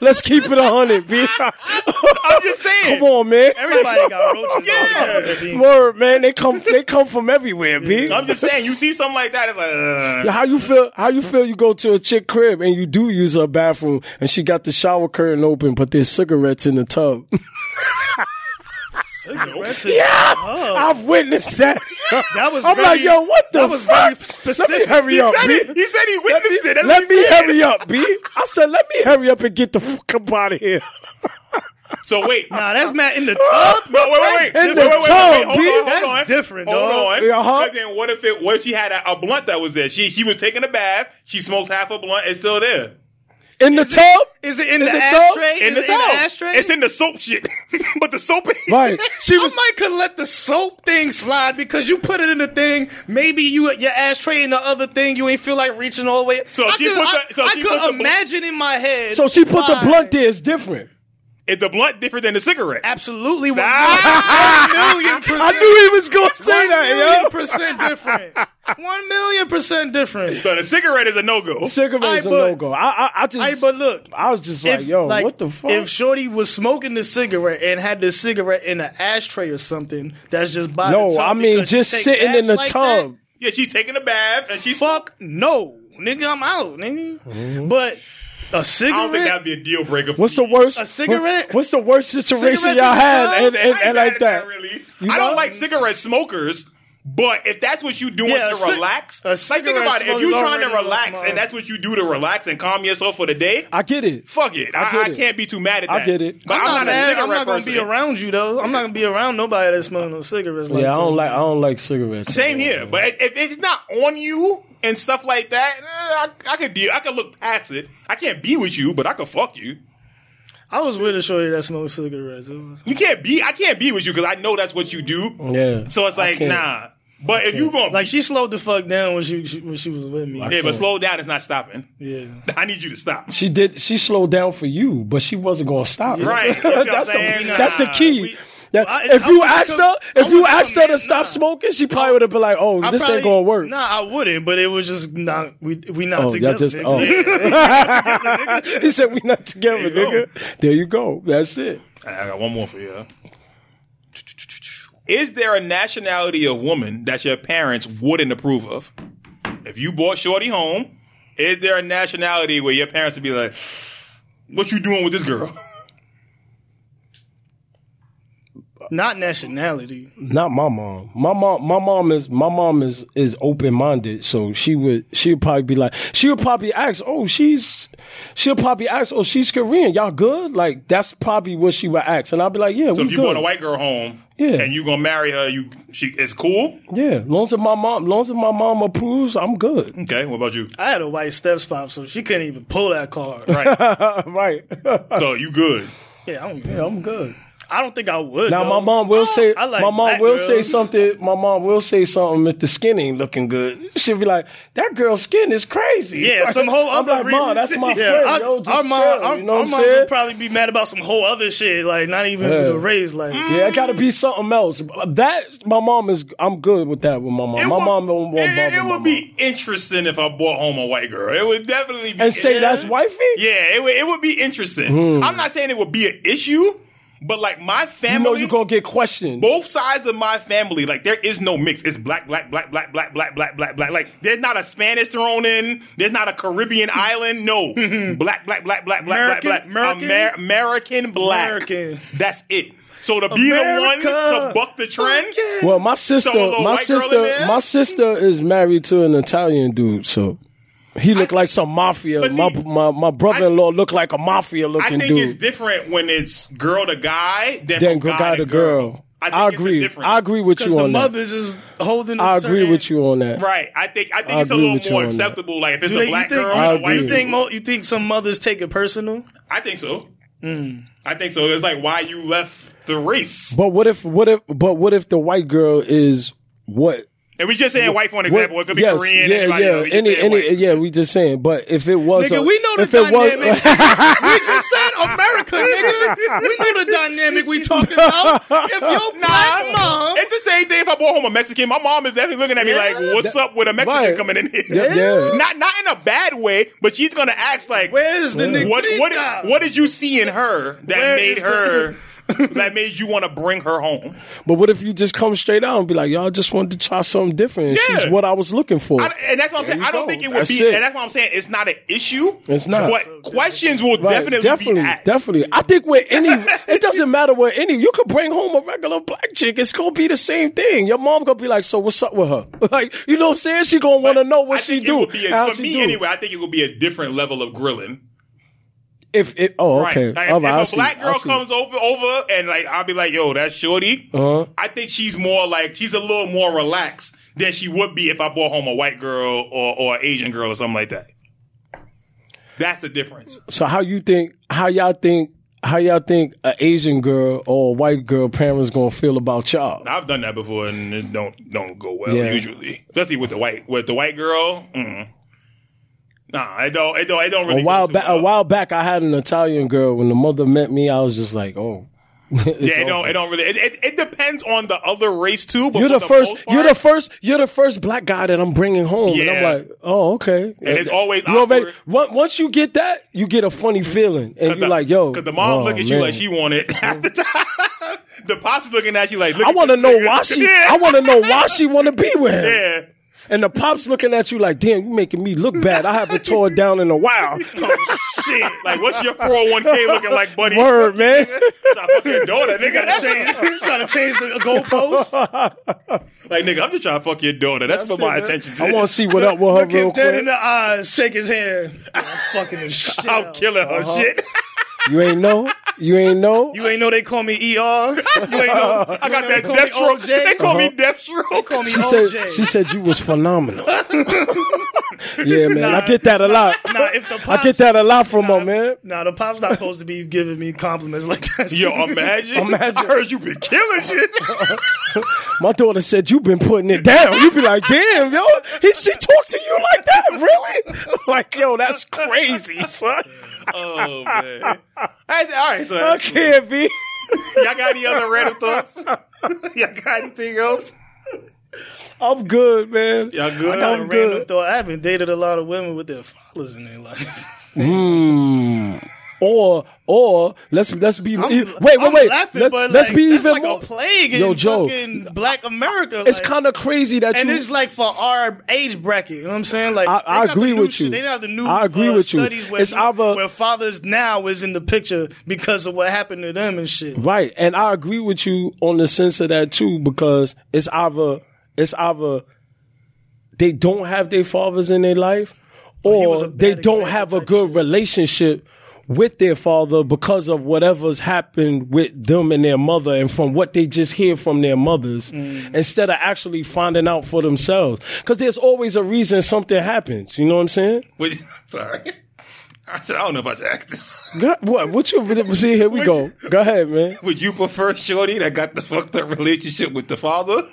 C: Let's keep it a hundred, B.
A: I'm just saying.
C: Come on, man.
B: Everybody got roaches.
A: Yeah.
B: yeah.
C: Word, man. They come, they come from everywhere, B.
A: I'm just saying. You see something like that, it's like. uh,
C: How you feel? How you feel? You go to a chick crib and you do use her bathroom, and she got the shower curtain open, but there's cigarettes in the tub.
A: Oh.
C: I've witnessed that.
B: That was
C: I'm
B: very,
C: like, yo, what the
B: That was very
C: fuck?
B: specific.
C: Let me hurry
A: He
C: up,
A: said
C: B.
A: it. He said he
C: Let
A: witnessed
C: me,
A: it. That's
C: let
A: what he
C: me
A: said.
C: hurry up, B. I said, let me hurry up and get the fuck up out of here.
A: So wait.
B: Nah, that's mad in the tub.
A: No, wait, wait, wait.
C: That's
A: wait, wait, wait, wait,
C: different.
A: Hold on, hold
B: That's
A: on.
B: different,
A: Hold
B: dog.
A: on.
C: Uh-huh.
A: 'Cause then what if it? What if she had a, a blunt that was there? She she was taking a bath. She smoked half a blunt. It's still there.
C: In the tub?
B: Is it in, the,
C: In the tub?
B: ashtray?
A: In
B: Is
A: the
B: it
A: tub.
B: in the ashtray?
A: It's in the soap shit. but the soap.
C: Right. She was.
B: I might could let the soap thing slide because you put it in the thing. Maybe you your ashtray in the other thing. You ain't feel like reaching all the way.
A: So
B: I
A: she
B: could,
A: put
B: I-
A: the- so
B: I
A: she
B: could
A: put the bl-
B: imagine in my head.
C: So she put the
B: why-
C: blunt there. It's different.
A: Is the blunt different than the cigarette?
B: Absolutely, one
A: Ah!
B: million percent.
C: I knew he was gonna say
B: one million
C: that, yo.
B: percent different. One million percent different.
A: So the cigarette is a no go.
C: Cigarettes
B: Aight,
C: a
B: but-
C: no go. I, I, I just,
B: Hey, but look,
C: I was just like, yo, what the fuck?
B: If Shorty was smoking the cigarette and had the cigarette in an ashtray or something, that's just by the
C: no,
B: tub
C: I mean
B: because you
C: just
B: take
C: sitting in
B: baths
C: the
B: like that,
C: tub.
A: Yeah, she's taking a bath and she's.
B: fuck no, nigga, I'm out, nigga.
C: Mm-hmm.
B: But
A: I
B: a
A: don't think
B: cigarette,
A: that'd be a deal breaker. For
C: What's the
A: me.
C: worst?
B: A cigarette?
C: what- What's the worst situation
B: Cigarettes
C: y'all
B: in the
C: had
B: tub?
C: and, and,
A: I ain't
C: and
A: mad
C: like
A: at
C: that?
A: really.
C: You
A: I
C: know?
A: don't like cigarette smokers, but if that's what you doing
B: Yeah, a
A: to
B: cig-
A: relax,
B: a
A: like think
B: cigarette
A: about it. If
B: smoker's
A: you're trying
B: already
A: to
B: a
A: relax
B: smoker.
A: and that's what you do to relax and calm yourself for the day,
C: I get it.
A: fuck it. I,
C: get
A: I
C: it.
A: can't be too mad at
C: I
A: that.
C: get it.
A: But I'm, not, a
B: mad.
A: cigarette
B: I'm not gonna
A: person.
B: be around you though. I'm not gonna be around nobody that's smoking no cigarettes. Like
C: Yeah, I don't
B: that.
C: like I don't like cigarettes.
A: Same here. But if, if it's not on you and stuff like that, eh, I, I could deal. I could look past it. I can't be with you, but I could fuck you.
B: I was with a shorty that smoked cigarettes. It was-
A: You can't be. I can't be with you because I know that's what you do.
C: Yeah.
A: So it's like
C: can't.
A: nah. But if you gonna
B: Like she slowed the fuck down when she, she when she was with me.
A: yeah, but
C: can't.
A: slow down. It's not stopping.
B: Yeah.
A: I need you to stop.
C: She did. She slowed down for you, but she wasn't gonna stop.
A: Right. You see what
C: that's
A: I'm saying?
C: the that's the
A: Nah.
C: key.
B: We-
C: That-
B: I-
C: if
B: I
C: you
B: was
C: asked
B: com-
C: her,
B: I
C: if
B: was
C: you asked her to
B: committed-
C: stop
B: nah.
C: smoking, she probably would have been like, "Oh,
B: I
C: this
B: probably-
C: ain't gonna work."
B: Nah, I wouldn't. But it was just not. We we not
C: Oh, y'all
B: together.
C: just
B: nigga.
C: oh. he said we not together,
A: There you go.
C: nigga. There you go. That's it.
A: I got one more for you. Is there a nationality of woman that your parents wouldn't approve of? If you brought Shorty home, is there a nationality where your parents would be like, "What you doing with this girl?"
C: oh.
B: Not nationality.
C: Not my mom. My mom. My mom is my mom is is open minded. So she would she would probably be like she would probably ask, oh she's she'll probably ask, oh she's Korean. Y'all good? Like that's probably what she would ask, and I'll be like, yeah,
A: So
C: we
A: if you
C: good.
A: brought a white girl home,
C: Yeah.
A: and you gonna marry her, you she it's cool.
C: yeah, long as my mom, long as my mom approves, I'm good.
A: Okay, what about you?
B: I had a white steps pop, so she couldn't even pull that card.
A: Right.
C: right.
A: so you good?
B: Yeah, I don't.
C: I'm good.
B: I don't think I would.
C: Now
B: though.
C: my mom will say
B: Oh, I like
C: my mom
B: black
C: will
B: girls.
C: say something. My mom will say something if the skin ain't looking good. She'll be like, "That girl's skin is crazy."
B: Yeah, some whole
C: I'm
B: other.
C: like, "Ma, that's my friend, yo, just
B: our mom,
C: chill,"
B: our,
C: you know what
B: our
C: I'm
B: moms
C: saying?
B: would probably be mad about some whole other shit, like not even
C: Yeah. Mm.
B: the race. Like,
C: Yeah, it gotta be something else. That my mom is. I'm good with that with my mom.
A: It
C: my
A: would-
C: mom won't, won't
A: It,
C: bother
A: it
C: my
A: would
C: mom.
A: be interesting if I brought home a white girl. It would definitely be
C: and say
A: interesting.
C: that's wifey.
A: Yeah, it would, it would be interesting. I'm not saying it would be an issue, but like my
C: You
A: family,
C: know you gonna get questioned.
A: both sides of my family, like there is no mix. It's black, black, black, black, black, black, black, black, black. Like there's not a Spanish thrown in. There's not a Caribbean island. No, black, black, black, black, black, black,
B: American-
A: black,
B: American?
A: Amer- American black.
B: American.
A: That's it. So to be the one
B: America.
A: to buck the trend,
B: Okay.
C: Well, my
A: So a
C: sister,
A: little
C: my
A: white girl in
C: sister,
A: there?
C: my sister is married to an Italian dude, so. He looked like some mafia.
A: But
C: my,
A: see,
C: my my brother-in-law looked like a mafia
A: I
C: looking
A: think
C: dude.
A: it's different when it's girl to guy than,
C: Then
A: from
C: go
A: guy,
C: got
A: to
C: a girl.
A: I,
C: I,
A: think it's a
C: agree.
A: difference.
C: I agree with
B: because
C: you
B: the
C: on that.
B: mothers is holding.
C: I agree with you on that.
A: Right. I think I think
C: I
A: it's a
C: agree
A: little
C: with you
A: more
C: on that.
A: acceptable. Like if it's
B: Do they,
A: a
B: you
A: black
B: think,
A: girl
C: I
A: and a white
C: agree.
B: you think mo- you think some mothers take it personal?
A: I think so.
C: Mm.
A: I think so. It's like why you left the race.
C: But what if what if but what if the white girl is what
A: And we just saying white for an example. It could be
C: yes,
A: Korean,
C: yeah,
A: anybody
C: yeah,
A: else. We just
C: any,
A: saying
C: any,
A: white.
C: yeah. We just saying, but if it was,
B: Nigga,
C: a-
B: we know the
C: if it was-
B: dynamic. we just said America, nigga. We know the dynamic we talking about. If your black mom,
A: It's the same thing if I brought home a Mexican. My mom is definitely looking at me
B: Yeah.
A: like, "What's up with a Mexican
C: Right.
A: coming in here?"
C: Yeah, yeah.
A: Not not in a bad way, but she's gonna act like,
B: where's the nigga?
A: what what what did you see in her that
B: Where
A: made
B: is
A: her that made you want to bring her home?
C: but what if you just come straight out and be like, "Y'all I just wanted to try something different"? and
A: Yeah.
C: She's what I was looking for.
A: I, and that's what I'm saying.
C: you
A: I don't
C: go.
A: think it would
C: That's
A: be,
C: it.
A: and that's what I'm saying. It's not an issue.
C: It's not.
A: But questions will
C: Right,
A: definitely, be asked.
C: definitely. I think with any, it doesn't matter with any. You could bring home a regular black chick. It's gonna be the same thing. Your mom gonna be like, "So what's up with her?" Like, you know what I'm saying? She gonna want to know what
A: I
C: she
A: think it
C: do.
A: would be a,
C: how
A: for
C: she
A: me
C: do.
A: anyway. I think it would be a different level of grilling.
C: If it, oh,
A: Right.
C: okay.
A: Like, if-
C: All right, I
A: if a
C: see,
A: black
C: I
A: girl
C: see.
A: comes over, over and like I'll be like, yo, that's shorty.
C: Uh-huh.
A: I think she's more like she's a little more relaxed than she would be if I brought home a white girl or, or an Asian girl or something like that. That's the difference.
C: So how you think? How y'all think? How y'all think a Asian girl or a white girl parents gonna feel about y'all?
A: I've done that before and it don't don't go well
C: Yeah.
A: usually, especially with the white with the white girl. Mm. Nah, it don't it don't it don't really.
C: a while
A: go too
C: back, a
A: well.
C: while back, I had an Italian girl. When the mother met me, I was just like, "Oh,
A: Yeah, it don't it don't really. It, it, it depends on the other race too. But
C: You're
A: for
C: the, first.
A: most
C: you're
A: part-
C: the first. You're the first black guy that I'm bringing home, and I'm
A: Yeah.
C: like, oh, okay. And
A: it's always
C: you already.
A: awkward.
C: on- Once you get that, you get a funny feeling, and you're like, yo,
A: because the mom
C: oh,
A: look at you like
C: man.
A: she want it half the time. the pops looking at you like, look
C: I want to know why she. I want to
A: to.
C: know why she want to be with him.
A: Yeah,
C: And the pops looking at you like, damn, you making me look bad. I haven't tore it down in a while.
A: oh shit! Like, what's your four hundred one k looking like, buddy?
C: Word, man.
A: I fucking daughter, nigga. That's it.
B: trying to change the goalpost?
A: Like, nigga, I'm just trying to fuck your daughter. That's, what my attention to.
C: I want to see what up with her
B: Look
C: Oh, real
B: him dead
C: quick.
B: in the eyes, shake his hand. I'm fucking his shit.
A: I'm
B: out.
A: killing her
C: Uh-huh.
A: shit.
C: You ain't know. You ain't know.
B: You ain't know they call me ER. You ain't know.
A: I got that
B: call me
A: death stroke.
B: OJ.
A: They call
C: Uh-huh.
A: me death stroke.
B: Call me
C: She
B: OJ.
C: said. She said you was phenomenal. yeah, man. I get that a lot.
B: nah, if the
C: Uh-huh. I get
B: pops-
C: that a lot from her, man.
B: Nah, the pop's not supposed to be giving me compliments like that.
A: Yo, imagine.
C: Imagine.
A: I heard you been killing shit.
C: My daughter said you been putting it down. You be like, damn, yo, he, she talked to you like that, really? Like, yo, that's crazy, son.
A: oh man. That's- all right, so
C: I can't be.
A: y'all got any other random thoughts? y'all got anything else?
C: I'm good, man.
A: Y'all good?
B: I got a
C: I'm
B: random
C: good.
B: thought. I haven't dated a lot of women with their fathers in their life.
C: Mm. Or, or let's let's be wait, wait, wait.
B: I'm laughing,
C: Let,
B: but
C: us
B: like,
C: be
B: that's
C: even
B: like
C: more.
B: a plague in
C: Yo, Joe,
B: fucking black America.
C: it's
B: like-
C: kind of crazy that
B: and
C: you.
B: it's like for our age bracket. You know what I'm saying? Like
C: I-
B: they got
C: I
B: the
C: agree
B: new
C: with
B: shit-
C: you.
B: They got the new
C: I agree
B: uh,
C: with you.
B: studies where,
C: It's
B: you-
C: either-
B: where fathers now is in the picture because of what happened to them and shit.
C: Right, and I agree with you on the sense of that too, because it's either it's either they don't have their fathers in their life,
B: was
C: or
B: a bad
C: they
B: example
C: don't have a
B: type
C: good relationship with their father because of whatever's happened with them and their mother, and from what they just hear from their mothers,
B: Mm.
C: instead of actually finding out for themselves. Because there's always a reason something happens. You know what I'm saying?
A: Wait, sorry. I said I don't know if I should act this.
C: God, what? What you see? Here we go. Go ahead, man.
A: Would you prefer Shorty that got the fucked up relationship with the father?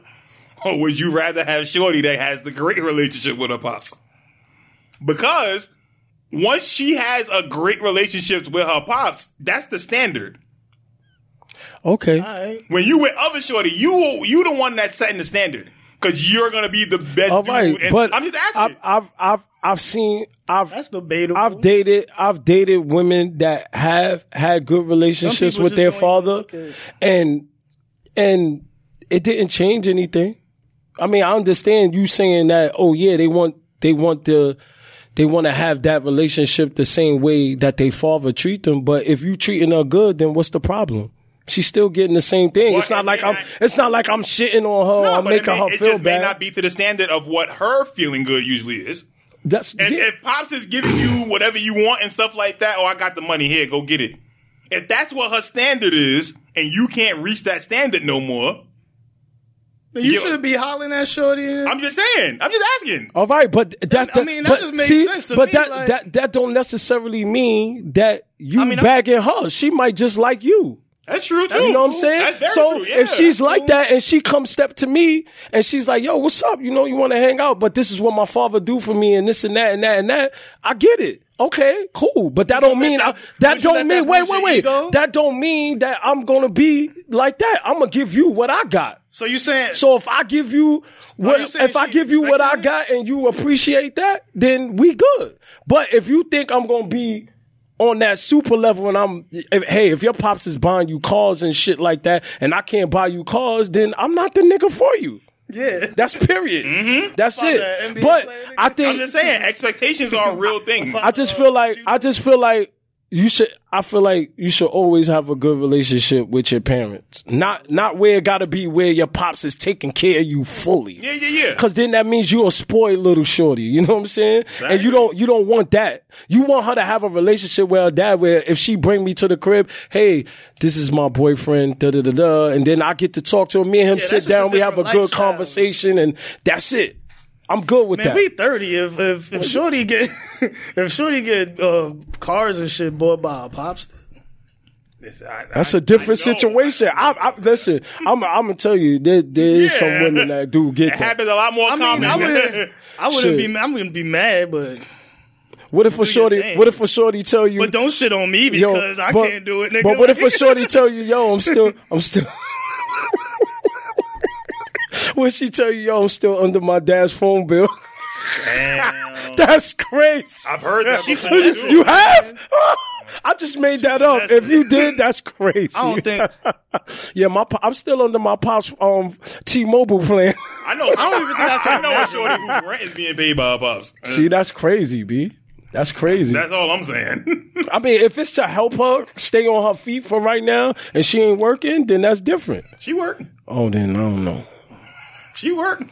A: Or would you rather have Shorty that has the great relationship with her pops? Because once she has a great relationship with her pops, that's the standard.
C: Okay.
B: All right.
A: When you with other Shorty, you you the one that's setting the standard. Cause you're gonna be the best
C: All
A: dude.
C: right,
A: and-
C: but
A: I'm just asking.
C: I've, I've I've I've seen I've
B: That's debatable.
C: I've dated I've dated women that have had good relationships
B: people
C: with
B: just
C: their
B: don't even
C: father,
B: look at-
C: and and it didn't change anything. I mean, I understand you saying that. Oh yeah, they want they want the they want to have that relationship the same way that they father treat them. But if you treating her good, then what's the problem? She's still getting the same thing.
A: Well,
C: it's
A: it
C: not like
A: may
C: I'm.
A: not-
C: It's not like I'm shitting on her. or
A: No,
C: I'm
A: but it
C: making
A: may-
C: her
A: it
C: feel
A: just
C: bad.
A: may not be to the standard of what her feeling good usually is.
C: That's
A: And
C: yeah.
A: if Pops is giving you whatever you want and stuff like that, oh, I got the money here, go get it. If that's what her standard is, and you can't reach that standard no more,
B: you
A: yo-
B: should be hollering at Shorty.
A: I'm just saying. I'm just asking.
C: All right, but that,
B: I mean, that
C: but
B: just makes
C: see,
B: sense to
C: but
B: me,
C: that,
B: like-
C: that that don't necessarily mean that you
B: I mean, I'm-
C: bagging her. She might just like you.
A: That's true too.
C: You know what I'm saying?
A: That's very
C: So
A: true, yeah.
C: if she's like that and she comes step to me and she's like, "Yo, what's up? You know, you want to hang out, but this is what my father do for me, and this and that and that and that," I get it. Okay, cool, but that don't mean I, that
B: you
C: don't
B: let
C: mean
B: that
C: wait,
B: boost
C: wait,
B: your
C: wait.
B: ego?
C: That don't mean that I'm gonna be like that. I'm gonna give you what I got.
B: So you saying
C: So if I give
B: you
C: you what
B: saying
C: if I
B: she
C: give you what I
B: expecting it?
C: got and you appreciate that, then we good. But if you think I'm gonna be on that super level and I'm if, hey, if your pops is buying you cars and shit like that, and I can't buy you cars, then I'm not the nigga for you.
B: yeah?
C: That's period. That's
B: that
C: it.
B: NBA
C: But
B: player, nigga.
C: I
A: I'm
C: think
A: just saying, expectations are a real thing.
C: I just feel like I just feel like you should. I feel like you should always have a good relationship with your parents. Not not where it got to be where your pops is taking care of you fully.
A: Yeah, yeah, yeah.
C: Cause then that means you're a spoiled little shorty. You know what I'm saying? And you don't you don't want that. You want her to have a relationship with her dad where if she bring me to the crib, hey, this is my boyfriend, da da da da, and then I get to talk to him. Me and him
B: Yeah,
C: sit
B: that's just a
C: down, we have a
B: different
C: good
B: lifestyle.
C: conversation, and that's it. I'm good with
B: Man,
C: that.
B: we thirty. If if, if Shorty get if Shorty get uh, cars and shit bought by a popster.
C: That's a different situation. I, I, listen, I'm, I'm gonna tell you, there, there is some
A: Yeah.
C: women that do
A: it
C: get that.
A: happens a lot more
B: I
A: common.
B: mean, I would I wouldn't
C: Shit.
B: be I wouldn't be mad, but
C: What if a shorty?
B: thing.
C: What if a shorty tell you?
B: but don't shit on me because I
C: but-
B: can't do it, nigga.
C: But what if a
B: Like,
C: shorty tell you, yo, I'm still, I'm still. when she tell you, yo, I'm still under my dad's phone bill.
A: Damn.
C: That's crazy.
A: I've heard that.
B: She-
A: before, too.
C: you have? I just made that up. If
B: That's-
C: you did, that's crazy.
B: I don't think
C: yeah, my pop- I'm still under my pop's um T-Mobile plan.
A: I know. I
B: don't even think I can
A: know a
B: imagine.
A: shorty whose rent is being paid by her pops.
C: See, that's crazy, b. That's crazy.
A: That's all I'm saying.
C: I mean, if it's to help her stay on her feet for right now and she ain't working, then that's different.
A: she worked.
C: Oh, then I don't know.
A: She worked.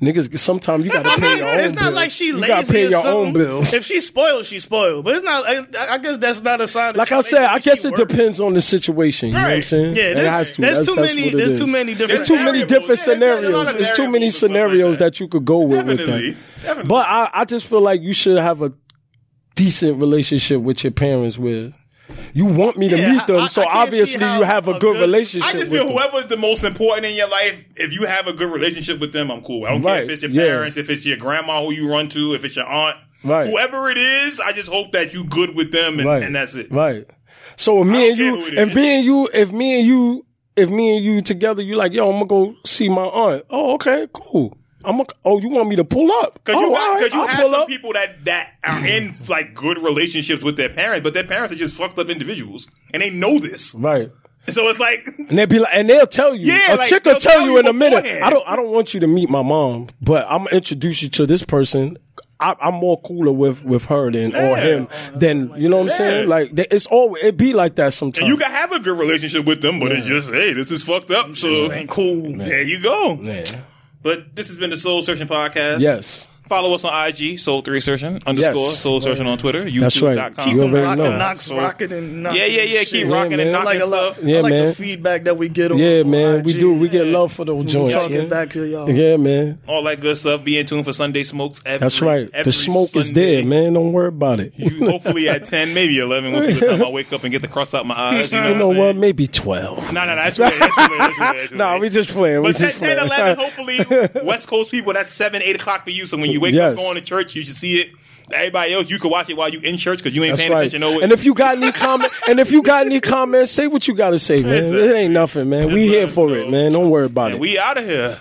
C: Niggas, sometimes you gotta pay your own
B: it's not
C: bills.
B: like she
C: you
B: lazy
C: gotta pay
B: or
C: your
B: something.
C: own bills.
B: If she spoiled, she spoiled. But it's not. I, I guess that's not a sign. that
C: like
B: she
C: I
B: lazy,
C: said, I
B: but
C: guess
B: she
C: it
B: work.
C: depends on the situation. You know what I'm
A: Right.
C: saying?
B: Yeah,
C: It
B: there's,
C: has to.
B: there's
C: That's-
B: too
C: that's
B: many.
C: what it
B: There's
C: is.
B: too many different.
C: There's too many
A: variables.
C: different
A: Yeah, there's a lot
C: scenarios.
A: of
C: It's too many
A: variables and stuff like
C: scenarios
A: that.
C: that you could go with with
A: Definitely.
C: that.
A: Definitely.
C: But I, I just feel like you should have a decent relationship with your parents where you want me to
B: Yeah,
C: meet them,
B: I- I-
C: so
B: I can't see
C: obviously
B: how
C: you have
B: a
C: a good,
B: good- I
C: relationship
A: I just
C: with
A: feel
C: them.
A: whoever's the most important in your life, if you have a good relationship with them, I'm cool. I don't care
C: Right,
A: if it's your
C: yeah.
A: parents, if it's your grandma who you run to, if it's your aunt.
C: Right.
A: Whoever it is, I just hope that you good with them and,
C: right.
A: and that's it.
C: Right. So if me and
A: care
C: you
A: who it
C: if
A: is.
C: me and you if me and you if me and you together, you like, yo, I'm gonna go see my aunt. Oh, okay, cool. I'm gonna, oh, you want me to pull up?
A: Cause
C: oh,
A: you,
C: all
A: got,
C: right,
A: cause you
C: I'll
A: have
C: pull
A: some
C: up.
A: people that, that are in like good relationships with their parents, but their parents are just fucked up individuals and they know this.
C: Right.
A: So it's like,
C: And they be like, and they'll tell you.
A: Yeah,
C: a
A: like,
C: chick will
A: they'll
C: tell,
A: tell
C: you
A: you
C: in a minute.
A: beforehand.
C: I don't. I don't want you to meet my mom, but I'm gonna introduce you to this person. I, I'm more cooler with with her than or
A: Yeah.
C: him than you know what I'm saying.
A: Yeah.
C: Like they, it's always it be like that sometimes.
A: you can have a good relationship with them, but it's just, hey, this is fucked up. So
B: Ain't cool.
A: there you go.
C: Yeah.
A: But this has been the Soul Searching Podcast.
C: Yes,
A: Follow us on IG, Soul Three Searching underscore
C: Yes.
A: Soul Searching on Twitter,
C: that's
A: YouTube.com.
C: right. You
B: Them
C: already
B: rock-
C: know.
B: Knox
A: So-
B: rocking and knocking
A: Yeah, yeah, yeah. Keep
B: and shit.
A: rocking
C: man.
A: and
B: I
A: knocking
B: like a lot.
A: stuff.
C: Yeah,
B: I like
C: man.
B: the feedback that we get on.
C: Yeah,
B: on
C: man. We
B: IG.
C: do. We get love for those
B: We
C: joints.
B: talking
C: yeah.
B: back to y'all.
C: Yeah, man.
A: All that good stuff. Be in tune for Sunday smokes. Every,
C: That's right.
A: every
C: The smoke is
A: Sunday.
C: there, man. Don't worry about it. You,
A: You, hopefully at ten, maybe eleven. We'll see what time I wake up and get the cross out my eyes. You know,
C: know
A: what?
C: what? Maybe twelve.
A: No, no, no. That's too late. That's too late. That's too late. That's too
C: Nah,
A: late.
C: we just playing. We
A: But 10,
C: just
A: 10,
C: playing.
A: 11, hopefully, West Coast people, that's 7, 8 o'clock for you. So when you wake
C: Yes.
A: up going to church, you should see it. Everybody else, you can watch it while you in church because you ain't
C: That's
A: paying
C: right.
A: attention. No,
C: and if you got any comment, and if you got any comments, say what you gotta say, man.
A: Listen.
C: It ain't nothing, man.
A: Just
C: We
A: let
C: here
A: us
C: for
A: know.
C: it, man. Don't worry about
A: and
C: it.
A: we out of here.